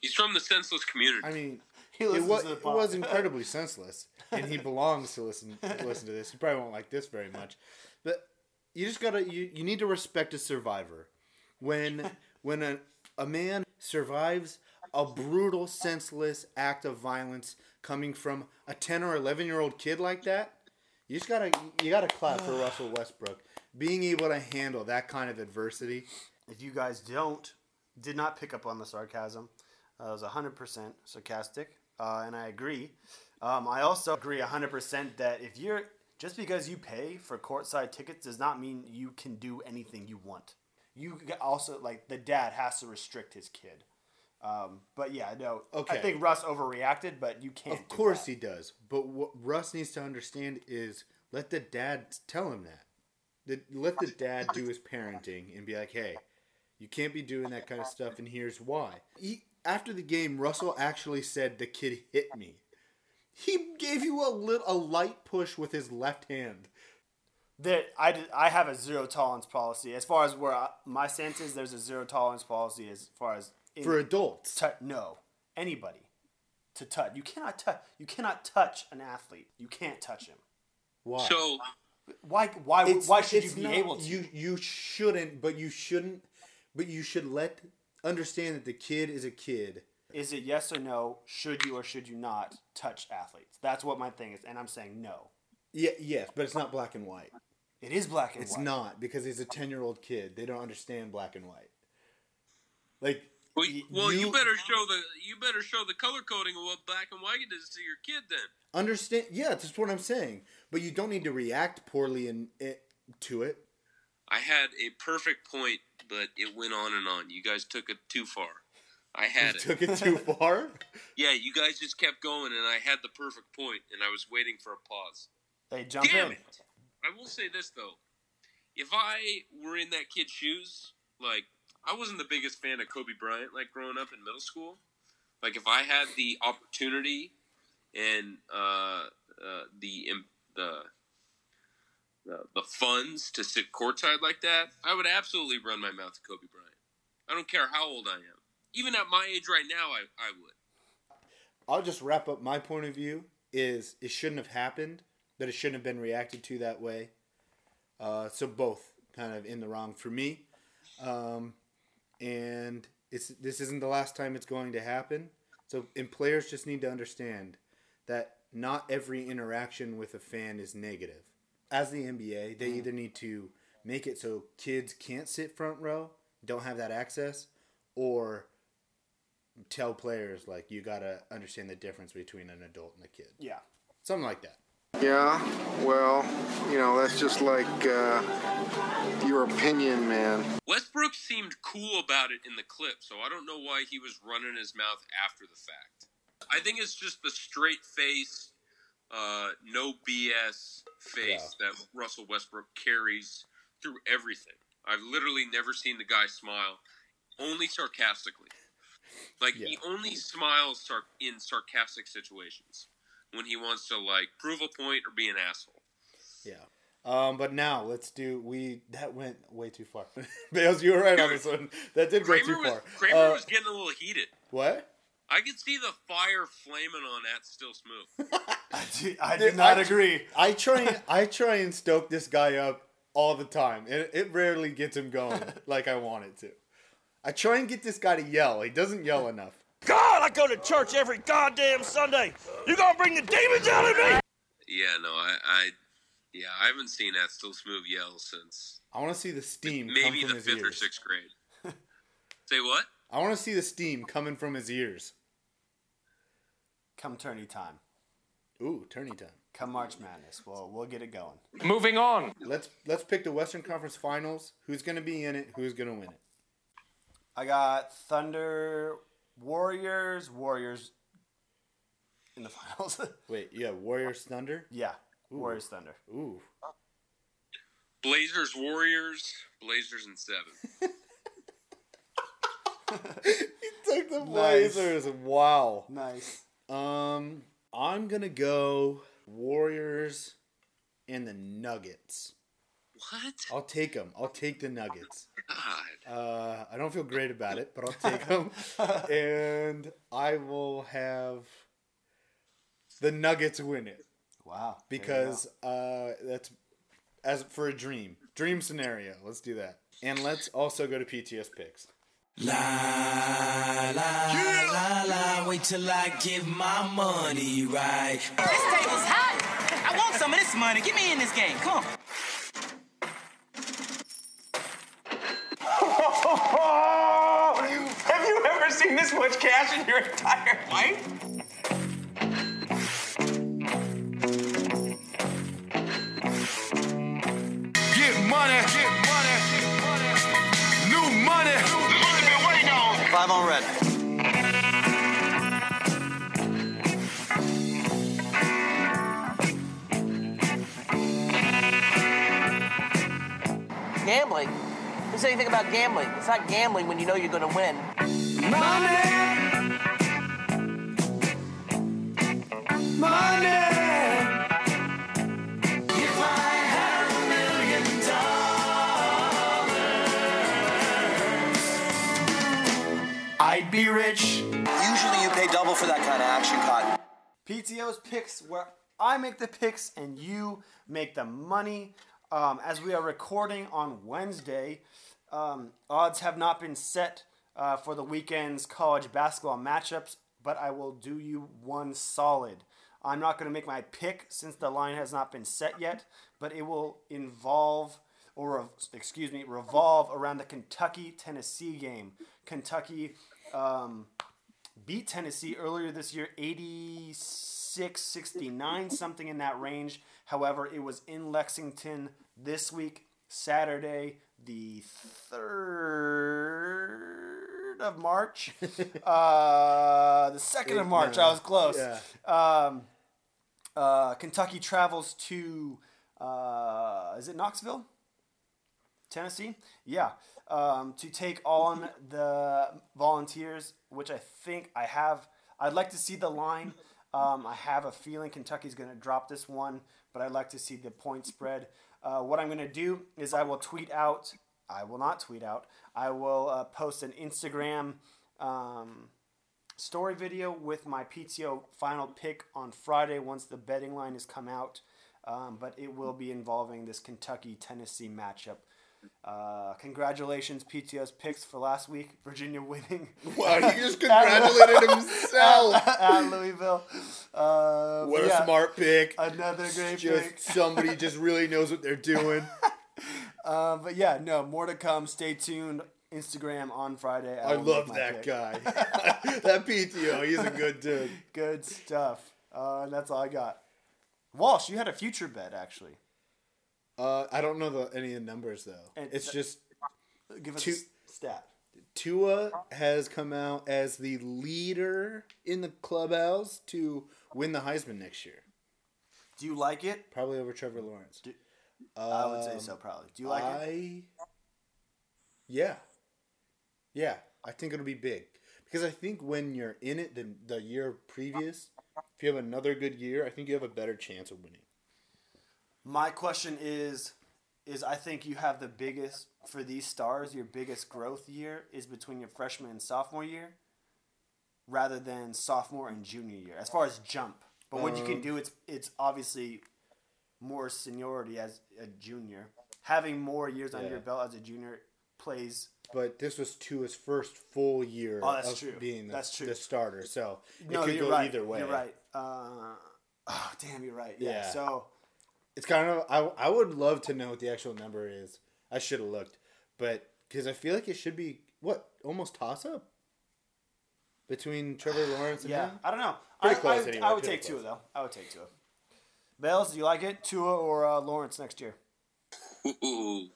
[SPEAKER 2] He's from the senseless community.
[SPEAKER 3] I mean,
[SPEAKER 2] He
[SPEAKER 3] it,
[SPEAKER 2] listens
[SPEAKER 3] was,
[SPEAKER 2] to the
[SPEAKER 3] it was
[SPEAKER 2] pod.
[SPEAKER 3] incredibly senseless, and he belongs to listen to listen to this. He probably won't like this very much, but you just gotta you, you need to respect a survivor. When when a a man survives a brutal, senseless act of violence coming from a ten or eleven year old kid like that, you just gotta you gotta clap for Russell Westbrook being able to handle that kind of adversity.
[SPEAKER 1] If you guys don't, did not pick up on the sarcasm. Uh, it was 100% sarcastic, uh, and I agree. Um, I also agree 100% that if you're just because you pay for courtside tickets does not mean you can do anything you want. You g- also like the dad has to restrict his kid. Um, but yeah, no, I
[SPEAKER 3] Okay.
[SPEAKER 1] think Russ overreacted, but you can't.
[SPEAKER 3] Of course he does. But what Russ needs to understand is let the dad tell him that. The- Let the dad do his parenting and be like, hey, you can't be doing that kind of stuff, and here's why. He, after the game, Russell actually said the kid hit me. He gave you a lit, a light push with his left hand.
[SPEAKER 1] that I, did- I have a zero tolerance policy as far as where I, my sense is there's a zero tolerance policy as far as in-
[SPEAKER 3] For adults.
[SPEAKER 1] tou- no anybody to touch you cannot touch you cannot touch an athlete you can't touch him
[SPEAKER 3] Why?
[SPEAKER 2] So
[SPEAKER 1] why why
[SPEAKER 3] It's-
[SPEAKER 1] why should you
[SPEAKER 3] it's
[SPEAKER 1] be
[SPEAKER 3] not-
[SPEAKER 1] able to
[SPEAKER 3] You you shouldn't, but you shouldn't, but you should let understand that the kid is a kid.
[SPEAKER 1] is it yes or no should you or should you not touch athletes that's what my thing is and i'm saying no
[SPEAKER 3] Yeah, yes, but it's not black and white.
[SPEAKER 1] It is black and
[SPEAKER 3] it's
[SPEAKER 1] white.
[SPEAKER 3] It's not because he's a ten-year-old kid. They don't understand black and white. Like,
[SPEAKER 2] Well,
[SPEAKER 3] y-
[SPEAKER 2] well, you better show the you better show the color coding of what black and white is to your kid then.
[SPEAKER 3] understand. Yeah, that's what I'm saying. But you don't need to react poorly in it to it.
[SPEAKER 2] I had a perfect point, but it went on and on. You guys took it too far. I had
[SPEAKER 3] You
[SPEAKER 2] it.
[SPEAKER 3] took it too far.
[SPEAKER 2] Yeah, you guys just kept going, and I had the perfect point, and I was waiting for a pause.
[SPEAKER 1] they jump
[SPEAKER 2] Damn
[SPEAKER 1] in
[SPEAKER 2] it. I will say this though, if I were in that kid's shoes, like I wasn't the biggest fan of Kobe Bryant, like growing up in middle school. Like if I had the opportunity and uh, uh, the im- the the the funds to sit courtside like that, I would absolutely run my mouth to Kobe Bryant. I don't care how old I am. Even at my age right now, I, I would.
[SPEAKER 3] I'll just wrap up my point of view is it shouldn't have happened, that it shouldn't have been reacted to that way. Uh, so both kind of in the wrong for me. Um, and it's this isn't the last time it's going to happen. So and players just need to understand that not every interaction with a fan is negative. As the NBA, they either need to make it so kids can't sit front row, don't have that access, or tell players like you gotta understand the difference between an adult and a kid.
[SPEAKER 1] Yeah.
[SPEAKER 3] Something like that.
[SPEAKER 14] Yeah, well, you know, that's just like uh, your opinion, man.
[SPEAKER 2] Westbrook seemed cool about it in the clip, so I don't know why he was running his mouth after the fact. I think it's just the straight face, uh, no BS face that Russell Westbrook carries through everything. I've literally never seen the guy smile, only sarcastically. Like he only smiles sar- in sarcastic situations when he wants to like prove a point or be an asshole.
[SPEAKER 3] Yeah. Um, but now let's do we that went way too far. Bales, you were right on this one. That did go
[SPEAKER 2] Kramer
[SPEAKER 3] too
[SPEAKER 2] was
[SPEAKER 3] far.
[SPEAKER 2] Kramer
[SPEAKER 3] Uh,
[SPEAKER 2] was getting a little heated.
[SPEAKER 3] what?
[SPEAKER 2] I could see the fire flaming on that still smooth.
[SPEAKER 1] I did not
[SPEAKER 3] I-
[SPEAKER 1] agree.
[SPEAKER 3] I try I try and stoke this guy up all the time and it rarely gets him going like I want it to. I try and get this guy to yell. He doesn't yell enough.
[SPEAKER 18] God, I go to church every goddamn Sunday. You gonna bring the demons out of me?
[SPEAKER 2] Yeah, no, I, I yeah, I haven't seen that still smooth yell since
[SPEAKER 3] I want to see the steam come
[SPEAKER 2] maybe
[SPEAKER 3] from
[SPEAKER 2] the
[SPEAKER 3] his
[SPEAKER 2] fifth or
[SPEAKER 3] ears.
[SPEAKER 2] sixth grade. Say what?
[SPEAKER 3] I want to see the steam coming from his ears.
[SPEAKER 1] Come turny time.
[SPEAKER 3] Ooh, turny time.
[SPEAKER 1] Come March Madness. Well, we'll get it going.
[SPEAKER 3] Moving on. Let's let's pick the Western Conference Finals. Who's going to be in it? Who's going to win it?
[SPEAKER 1] I got Thunder, Warriors, Warriors in the finals.
[SPEAKER 3] Wait, yeah, Warriors Thunder.
[SPEAKER 1] Yeah, Warriors Thunder.
[SPEAKER 3] Ooh.
[SPEAKER 2] Blazers, Warriors, Blazers in seven.
[SPEAKER 3] Took the
[SPEAKER 1] Nice.
[SPEAKER 3] Blazers. Wow.
[SPEAKER 1] Nice.
[SPEAKER 3] Um, I'm gonna go Warriors and the Nuggets.
[SPEAKER 2] What?
[SPEAKER 3] I'll take them. I'll take the Nuggets.
[SPEAKER 2] God.
[SPEAKER 3] Uh, I don't feel great about it, but I'll take them. and I will have the Nuggets win it
[SPEAKER 1] Wow. there you go.
[SPEAKER 3] because uh, that's as for a dream dream scenario. Let's do that, and let's also go to PTS picks.
[SPEAKER 19] La la, wait till I give my money right.
[SPEAKER 20] This table's hot. I want some of this money. Get me in this game. Come on.
[SPEAKER 18] Have you ever seen this much cash in your entire life?
[SPEAKER 14] Get money, get money, new money. Money been waiting on. Five on red.
[SPEAKER 20] Gambling. Who said anything about gambling? It's not gambling when you know you're gonna win.
[SPEAKER 19] I'd be rich. Usually you pay double for that kind of action, Cotton.
[SPEAKER 1] PTO's picks where I make the picks and you make the money. Um, as we are recording on Wednesday, um, odds have not been set uh, for the weekend's college basketball matchups, but I will do you one solid. I'm not going to make my pick since the line has not been set yet, but it will involve or rev- excuse me, revolve around the Kentucky Tennessee game. Kentucky um, beat Tennessee earlier this year 86 69 something in that range. However, it was in Lexington this week, Saturday, the 3rd of March. uh, the 2nd of March, I was close.
[SPEAKER 3] Yeah.
[SPEAKER 1] Um, uh, Kentucky travels to uh, is it Knoxville? Tennessee? Yeah. Um, to take on the Volunteers, which I think I have. I'd like to see the line. Um, I have a feeling Kentucky's going to drop this one, but I'd like to see the point spread. Uh, what I'm going to do is I will tweet out. I will not tweet out. I will uh, post an Instagram um, story video with my PTO final pick on Friday once the betting line has come out. Um, but it will be involving this Kentucky Tennessee matchup. Uh, congratulations, PTO's picks for last week. Virginia winning.
[SPEAKER 3] Wow, he just
[SPEAKER 1] At-
[SPEAKER 3] congratulated himself.
[SPEAKER 1] at, at Louisville. Uh,
[SPEAKER 3] What
[SPEAKER 1] yeah.
[SPEAKER 3] a smart pick.
[SPEAKER 1] Another great
[SPEAKER 3] just
[SPEAKER 1] pick.
[SPEAKER 3] somebody just really knows what they're doing.
[SPEAKER 1] Uh, but yeah, no more to come. Stay tuned. Instagram on Friday.
[SPEAKER 3] I
[SPEAKER 1] will
[SPEAKER 3] love
[SPEAKER 1] make my
[SPEAKER 3] that
[SPEAKER 1] pick.
[SPEAKER 3] guy. that PTO, he's a good dude.
[SPEAKER 1] Good stuff. Uh, and that's all I got. Walsh, you had a future bet actually.
[SPEAKER 3] Uh, I don't know the, any of the numbers though.
[SPEAKER 1] And
[SPEAKER 3] it's
[SPEAKER 1] th-
[SPEAKER 3] just
[SPEAKER 1] Give us
[SPEAKER 3] Two-
[SPEAKER 1] a s- stat.
[SPEAKER 3] Tua has come out as the leader in the clubhouse to win the Heisman next year,
[SPEAKER 1] Do you like it?
[SPEAKER 3] probably over Trevor Lawrence.
[SPEAKER 1] I would say
[SPEAKER 3] Um,
[SPEAKER 1] so, probably. Do you like
[SPEAKER 3] I,
[SPEAKER 1] it?
[SPEAKER 3] Yeah. Yeah, I think it'll be big. Because I think when you're in it the, the year previous, if you have another good year, I think you have a better chance of winning.
[SPEAKER 1] My question is, is I think you have the biggest for these stars. Your biggest growth year is between your freshman and sophomore year, rather than sophomore and junior year. As far as jump, but what you can
[SPEAKER 3] Um,
[SPEAKER 1] do, it's it's obviously more seniority as a junior. Having more years under
[SPEAKER 3] Yeah.
[SPEAKER 1] your belt as a junior plays.
[SPEAKER 3] But this was to his first full year
[SPEAKER 1] Oh, that's
[SPEAKER 3] of
[SPEAKER 1] true.
[SPEAKER 3] being the,
[SPEAKER 1] That's true.
[SPEAKER 3] the starter, so
[SPEAKER 1] no,
[SPEAKER 3] it could
[SPEAKER 1] you're
[SPEAKER 3] go
[SPEAKER 1] right.
[SPEAKER 3] either way.
[SPEAKER 1] You're right. Uh, oh, damn, you're right. Yeah.
[SPEAKER 3] Yeah.
[SPEAKER 1] So
[SPEAKER 3] It's kind of I I would love to know what the actual number is. I should have looked, but because I feel like it should be what almost toss up between Trevor Lawrence and
[SPEAKER 1] yeah,
[SPEAKER 3] him?
[SPEAKER 1] I don't know.
[SPEAKER 3] Pretty
[SPEAKER 1] I,
[SPEAKER 3] close
[SPEAKER 1] I would,
[SPEAKER 3] anyway,
[SPEAKER 1] I would
[SPEAKER 3] pretty
[SPEAKER 1] take Tua
[SPEAKER 3] close.
[SPEAKER 1] though. I would take Tua. Bales, do you like it? Tua or uh, Lawrence next year,
[SPEAKER 3] Uh,
[SPEAKER 2] Ooh,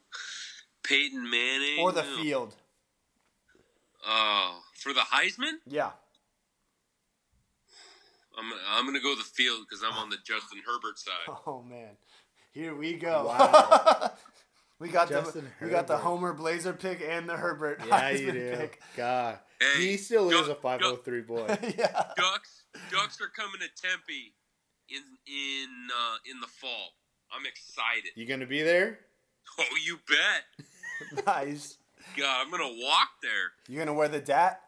[SPEAKER 2] Peyton Manning
[SPEAKER 1] or the field?
[SPEAKER 2] Oh, for the Heisman,
[SPEAKER 1] Yeah.
[SPEAKER 2] I'm I'm gonna go the field because I'm on the Justin Herbert side.
[SPEAKER 1] Oh man, here we go.
[SPEAKER 3] Wow.
[SPEAKER 1] we got
[SPEAKER 3] Justin
[SPEAKER 1] the we got the
[SPEAKER 3] Herbert.
[SPEAKER 1] Homer Blazer pick and the Herbert
[SPEAKER 3] Yeah, you
[SPEAKER 1] Heisman
[SPEAKER 3] do.
[SPEAKER 1] pick.
[SPEAKER 3] God, he still is a five hundred three boy.
[SPEAKER 2] Ducks Ducks are coming to Tempe in in uh, in the fall. I'm excited.
[SPEAKER 3] You gonna be there?
[SPEAKER 2] Oh, you bet.
[SPEAKER 1] nice.
[SPEAKER 2] God, I'm gonna walk there.
[SPEAKER 1] You gonna wear the dat?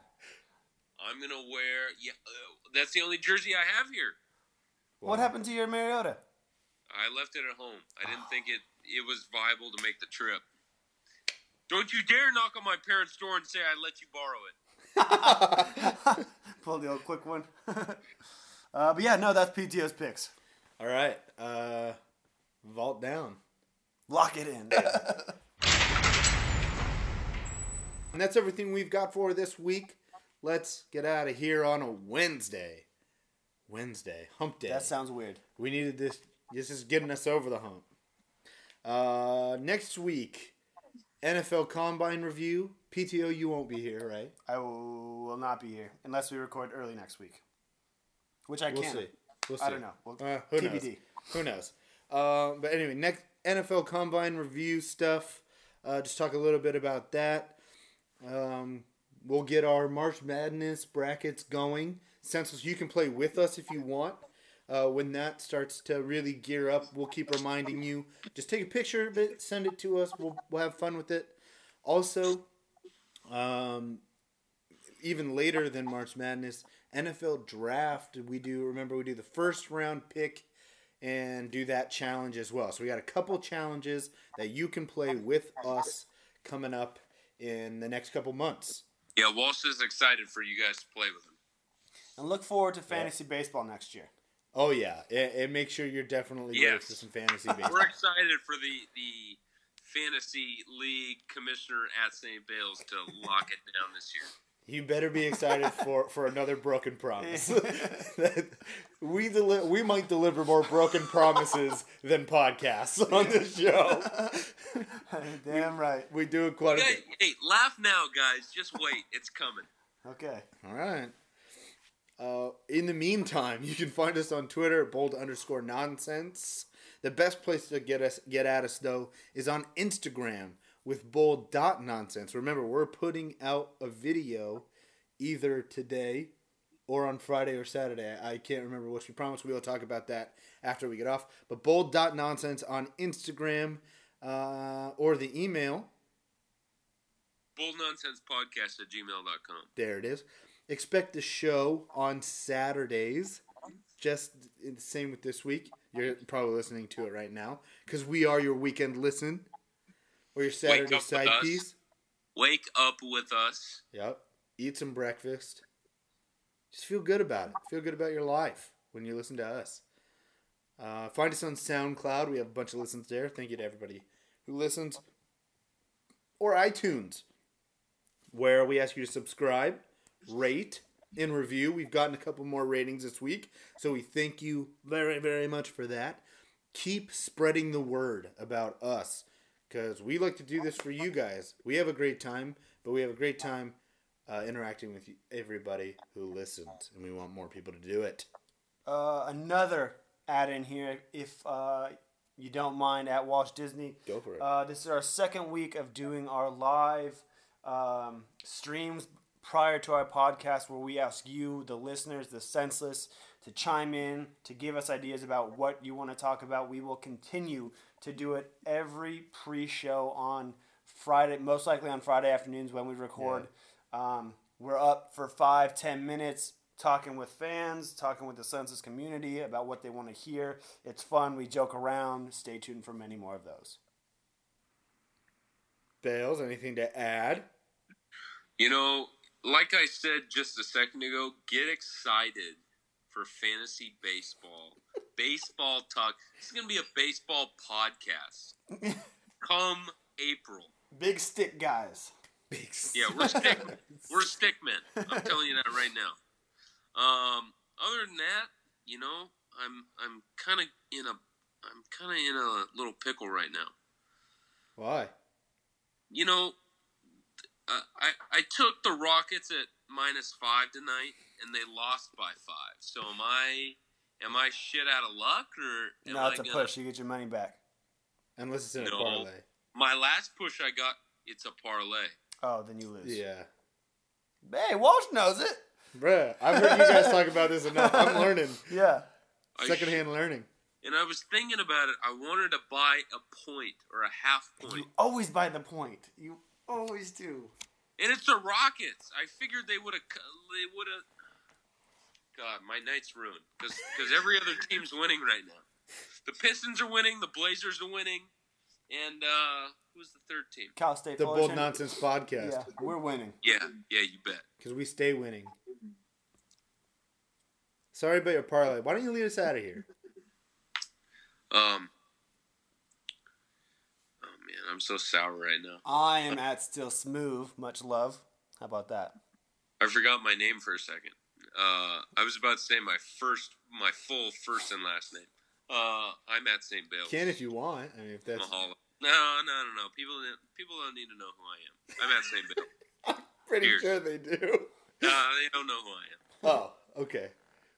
[SPEAKER 2] I'm gonna wear. Yeah, uh, that's the only jersey I have here.
[SPEAKER 1] What happened to your Mariota?
[SPEAKER 2] I left it at home. I didn't think it it was viable to make the trip. Don't you dare knock on my parents' door and say I let you borrow it.
[SPEAKER 1] Pull the old quick one. uh, but yeah, no, that's PTO's picks.
[SPEAKER 3] All right, uh, vault down.
[SPEAKER 1] Lock it in.
[SPEAKER 3] And that's everything we've got for this week. Let's get out of here on a Wednesday. Wednesday, hump day.
[SPEAKER 1] That sounds weird.
[SPEAKER 3] We needed this. This is getting us over the hump. Uh, next week, NFL Combine review. PTO, you won't be here, right?
[SPEAKER 1] I will not be here unless we record early next week, which I
[SPEAKER 3] we'll
[SPEAKER 1] can.
[SPEAKER 3] See. We'll see.
[SPEAKER 1] I don't know. We'll,
[SPEAKER 3] Uh, who knows?
[SPEAKER 1] TBD.
[SPEAKER 3] Who knows? Uh, but anyway, next NFL Combine review stuff. Uh, just talk a little bit about that. Um, we'll get our March Madness brackets going. Census, you can play with us if you want. Uh, when that starts to really gear up, we'll keep reminding you. Just take a picture of it, send it to us. We'll, we'll have fun with it. Also, um, even later than March Madness, NFL Draft. We do remember we do the first round pick and do that challenge as well. So we got a couple challenges that you can play with us coming up in the next couple months.
[SPEAKER 2] Yeah, Walsh is excited for you guys to play with him.
[SPEAKER 1] And look forward to fantasy baseball next year.
[SPEAKER 3] Oh yeah, and, and make sure you're definitely ready
[SPEAKER 2] Yes.
[SPEAKER 3] for some fantasy baseball.
[SPEAKER 2] We're excited for the the fantasy league commissioner at St. Bales to lock it down this year.
[SPEAKER 3] you better be excited for, for another broken promise. we deli- we might deliver more broken promises than podcasts on this show.
[SPEAKER 1] Damn right.
[SPEAKER 3] We do it quite a bit.
[SPEAKER 2] Hey, hey, laugh now, guys. Just wait, it's coming.
[SPEAKER 1] Okay.
[SPEAKER 3] All right. Uh, in the meantime, you can find us on Twitter at bold underscore nonsense. The best place to get us get at us though is on Instagram with bold dot nonsense. Remember, we're putting out a video either today or on Friday or Saturday. I can't remember which we promised. We will talk about that after we get off. But bold dot nonsense on Instagram uh, or the email
[SPEAKER 2] Bull Nonsense Podcast at gmail.com.
[SPEAKER 3] There it is. Expect the show on Saturdays. Just the same with this week. You're probably listening to it right now because we are your weekend listen or your
[SPEAKER 2] Wake
[SPEAKER 3] Saturday
[SPEAKER 2] up with
[SPEAKER 3] side
[SPEAKER 2] us.
[SPEAKER 3] piece.
[SPEAKER 2] Wake up with us.
[SPEAKER 3] Yep. Eat some breakfast. Just feel good about it. Feel good about your life when you listen to us. Uh, find us on SoundCloud. We have a bunch of listens there. Thank you to everybody who listens. Or iTunes, where we ask you to subscribe, rate, and review. We've gotten a couple more ratings this week, so we thank you very, very much for that. Keep spreading the word about us because we like to do this for you guys. We have a great time, but we have a great time uh, interacting with you, everybody who listens, and we want more people to do it.
[SPEAKER 1] Uh, another add in here, if uh, you don't mind, at Walsh Disney.
[SPEAKER 3] Go for it.
[SPEAKER 1] Uh, this is our second week of doing our live um, streams prior to our podcast, where we ask you, the listeners, the senseless, to chime in, to give us ideas about what you want to talk about. We will continue to do it every pre show on Friday, most likely on Friday afternoons when we record. Um, we're up for five, ten minutes talking with fans, talking with the census community about what they want to hear. It's fun. We joke around. Stay tuned for many more of those.
[SPEAKER 3] Bales, anything to add?
[SPEAKER 2] You know, like I said just a second ago, get excited for fantasy baseball. baseball talk. This is going to be a baseball podcast. Come April.
[SPEAKER 1] Big stick guys.
[SPEAKER 3] Big
[SPEAKER 2] Yeah, we're stick we're stick men. I'm telling you that right now. Um, other than that, you know, I'm I'm kind of in a I'm kind of in a little pickle right now.
[SPEAKER 3] Why?
[SPEAKER 2] You know, uh, I I took the Rockets at minus five tonight, and they lost by five. So am I am I shit out of luck or am
[SPEAKER 1] no,
[SPEAKER 2] I
[SPEAKER 1] it's a
[SPEAKER 2] gonna-
[SPEAKER 1] push. You get your money back.
[SPEAKER 3] Unless it's in
[SPEAKER 2] No. My last push I got, it's a parlay.
[SPEAKER 1] Oh, then you lose.
[SPEAKER 3] Yeah.
[SPEAKER 1] Hey, Walsh knows it.
[SPEAKER 3] Bruh, I've heard you guys talk about this enough. I'm learning.
[SPEAKER 1] Yeah.
[SPEAKER 2] I
[SPEAKER 3] Secondhand learning.
[SPEAKER 2] And I was thinking about it. I wanted to buy a point or a half point.
[SPEAKER 1] Always by the point. You always do.
[SPEAKER 2] And it's the Rockets. I figured they would have. They would have. God, my night's ruined because every other team's winning right now. The Pistons are winning. The Blazers are winning. And uh, who's the third team?
[SPEAKER 1] Cal State.
[SPEAKER 3] The Bold
[SPEAKER 1] Fullerton.
[SPEAKER 3] Nonsense podcast.
[SPEAKER 1] Yeah, we're winning.
[SPEAKER 2] Yeah, yeah, you bet.
[SPEAKER 3] Because we stay winning. Sorry about your parlay. Why don't you lead us out of here?
[SPEAKER 2] Um. Oh man, I'm so sour right now.
[SPEAKER 1] I am at still smooth. Much love. How about that?
[SPEAKER 2] I forgot my name for a second. Uh, I was about to say my first, my full first and last name. Uh, I'm at St. Bales.
[SPEAKER 3] Can if you want. I mean, if that's
[SPEAKER 2] Mahalo. No, no, no, no. People, people don't need to know who I am. I'm at St. Bales.
[SPEAKER 3] pretty
[SPEAKER 2] Here.
[SPEAKER 3] sure they do.
[SPEAKER 2] Uh, they don't know who I am.
[SPEAKER 3] Oh, okay.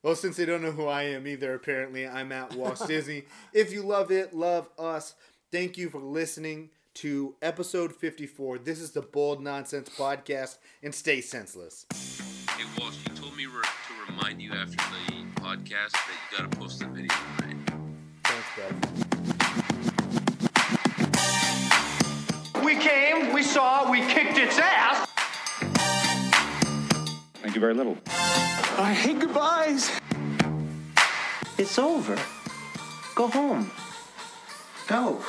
[SPEAKER 3] Well, since they don't know who I am either, apparently I'm at Walt Disney. If you love it, love us. Thank you for listening to episode 54. This is the Bold Nonsense Podcast, and stay senseless.
[SPEAKER 2] Hey Walsh, you told me re- to remind you after the podcast that you gotta post the video. Right?
[SPEAKER 3] Thanks, bud.
[SPEAKER 19] We came, we saw, we kicked its ass.
[SPEAKER 21] Thank you very little.
[SPEAKER 19] I hate goodbyes.
[SPEAKER 9] It's over. Go home. Go.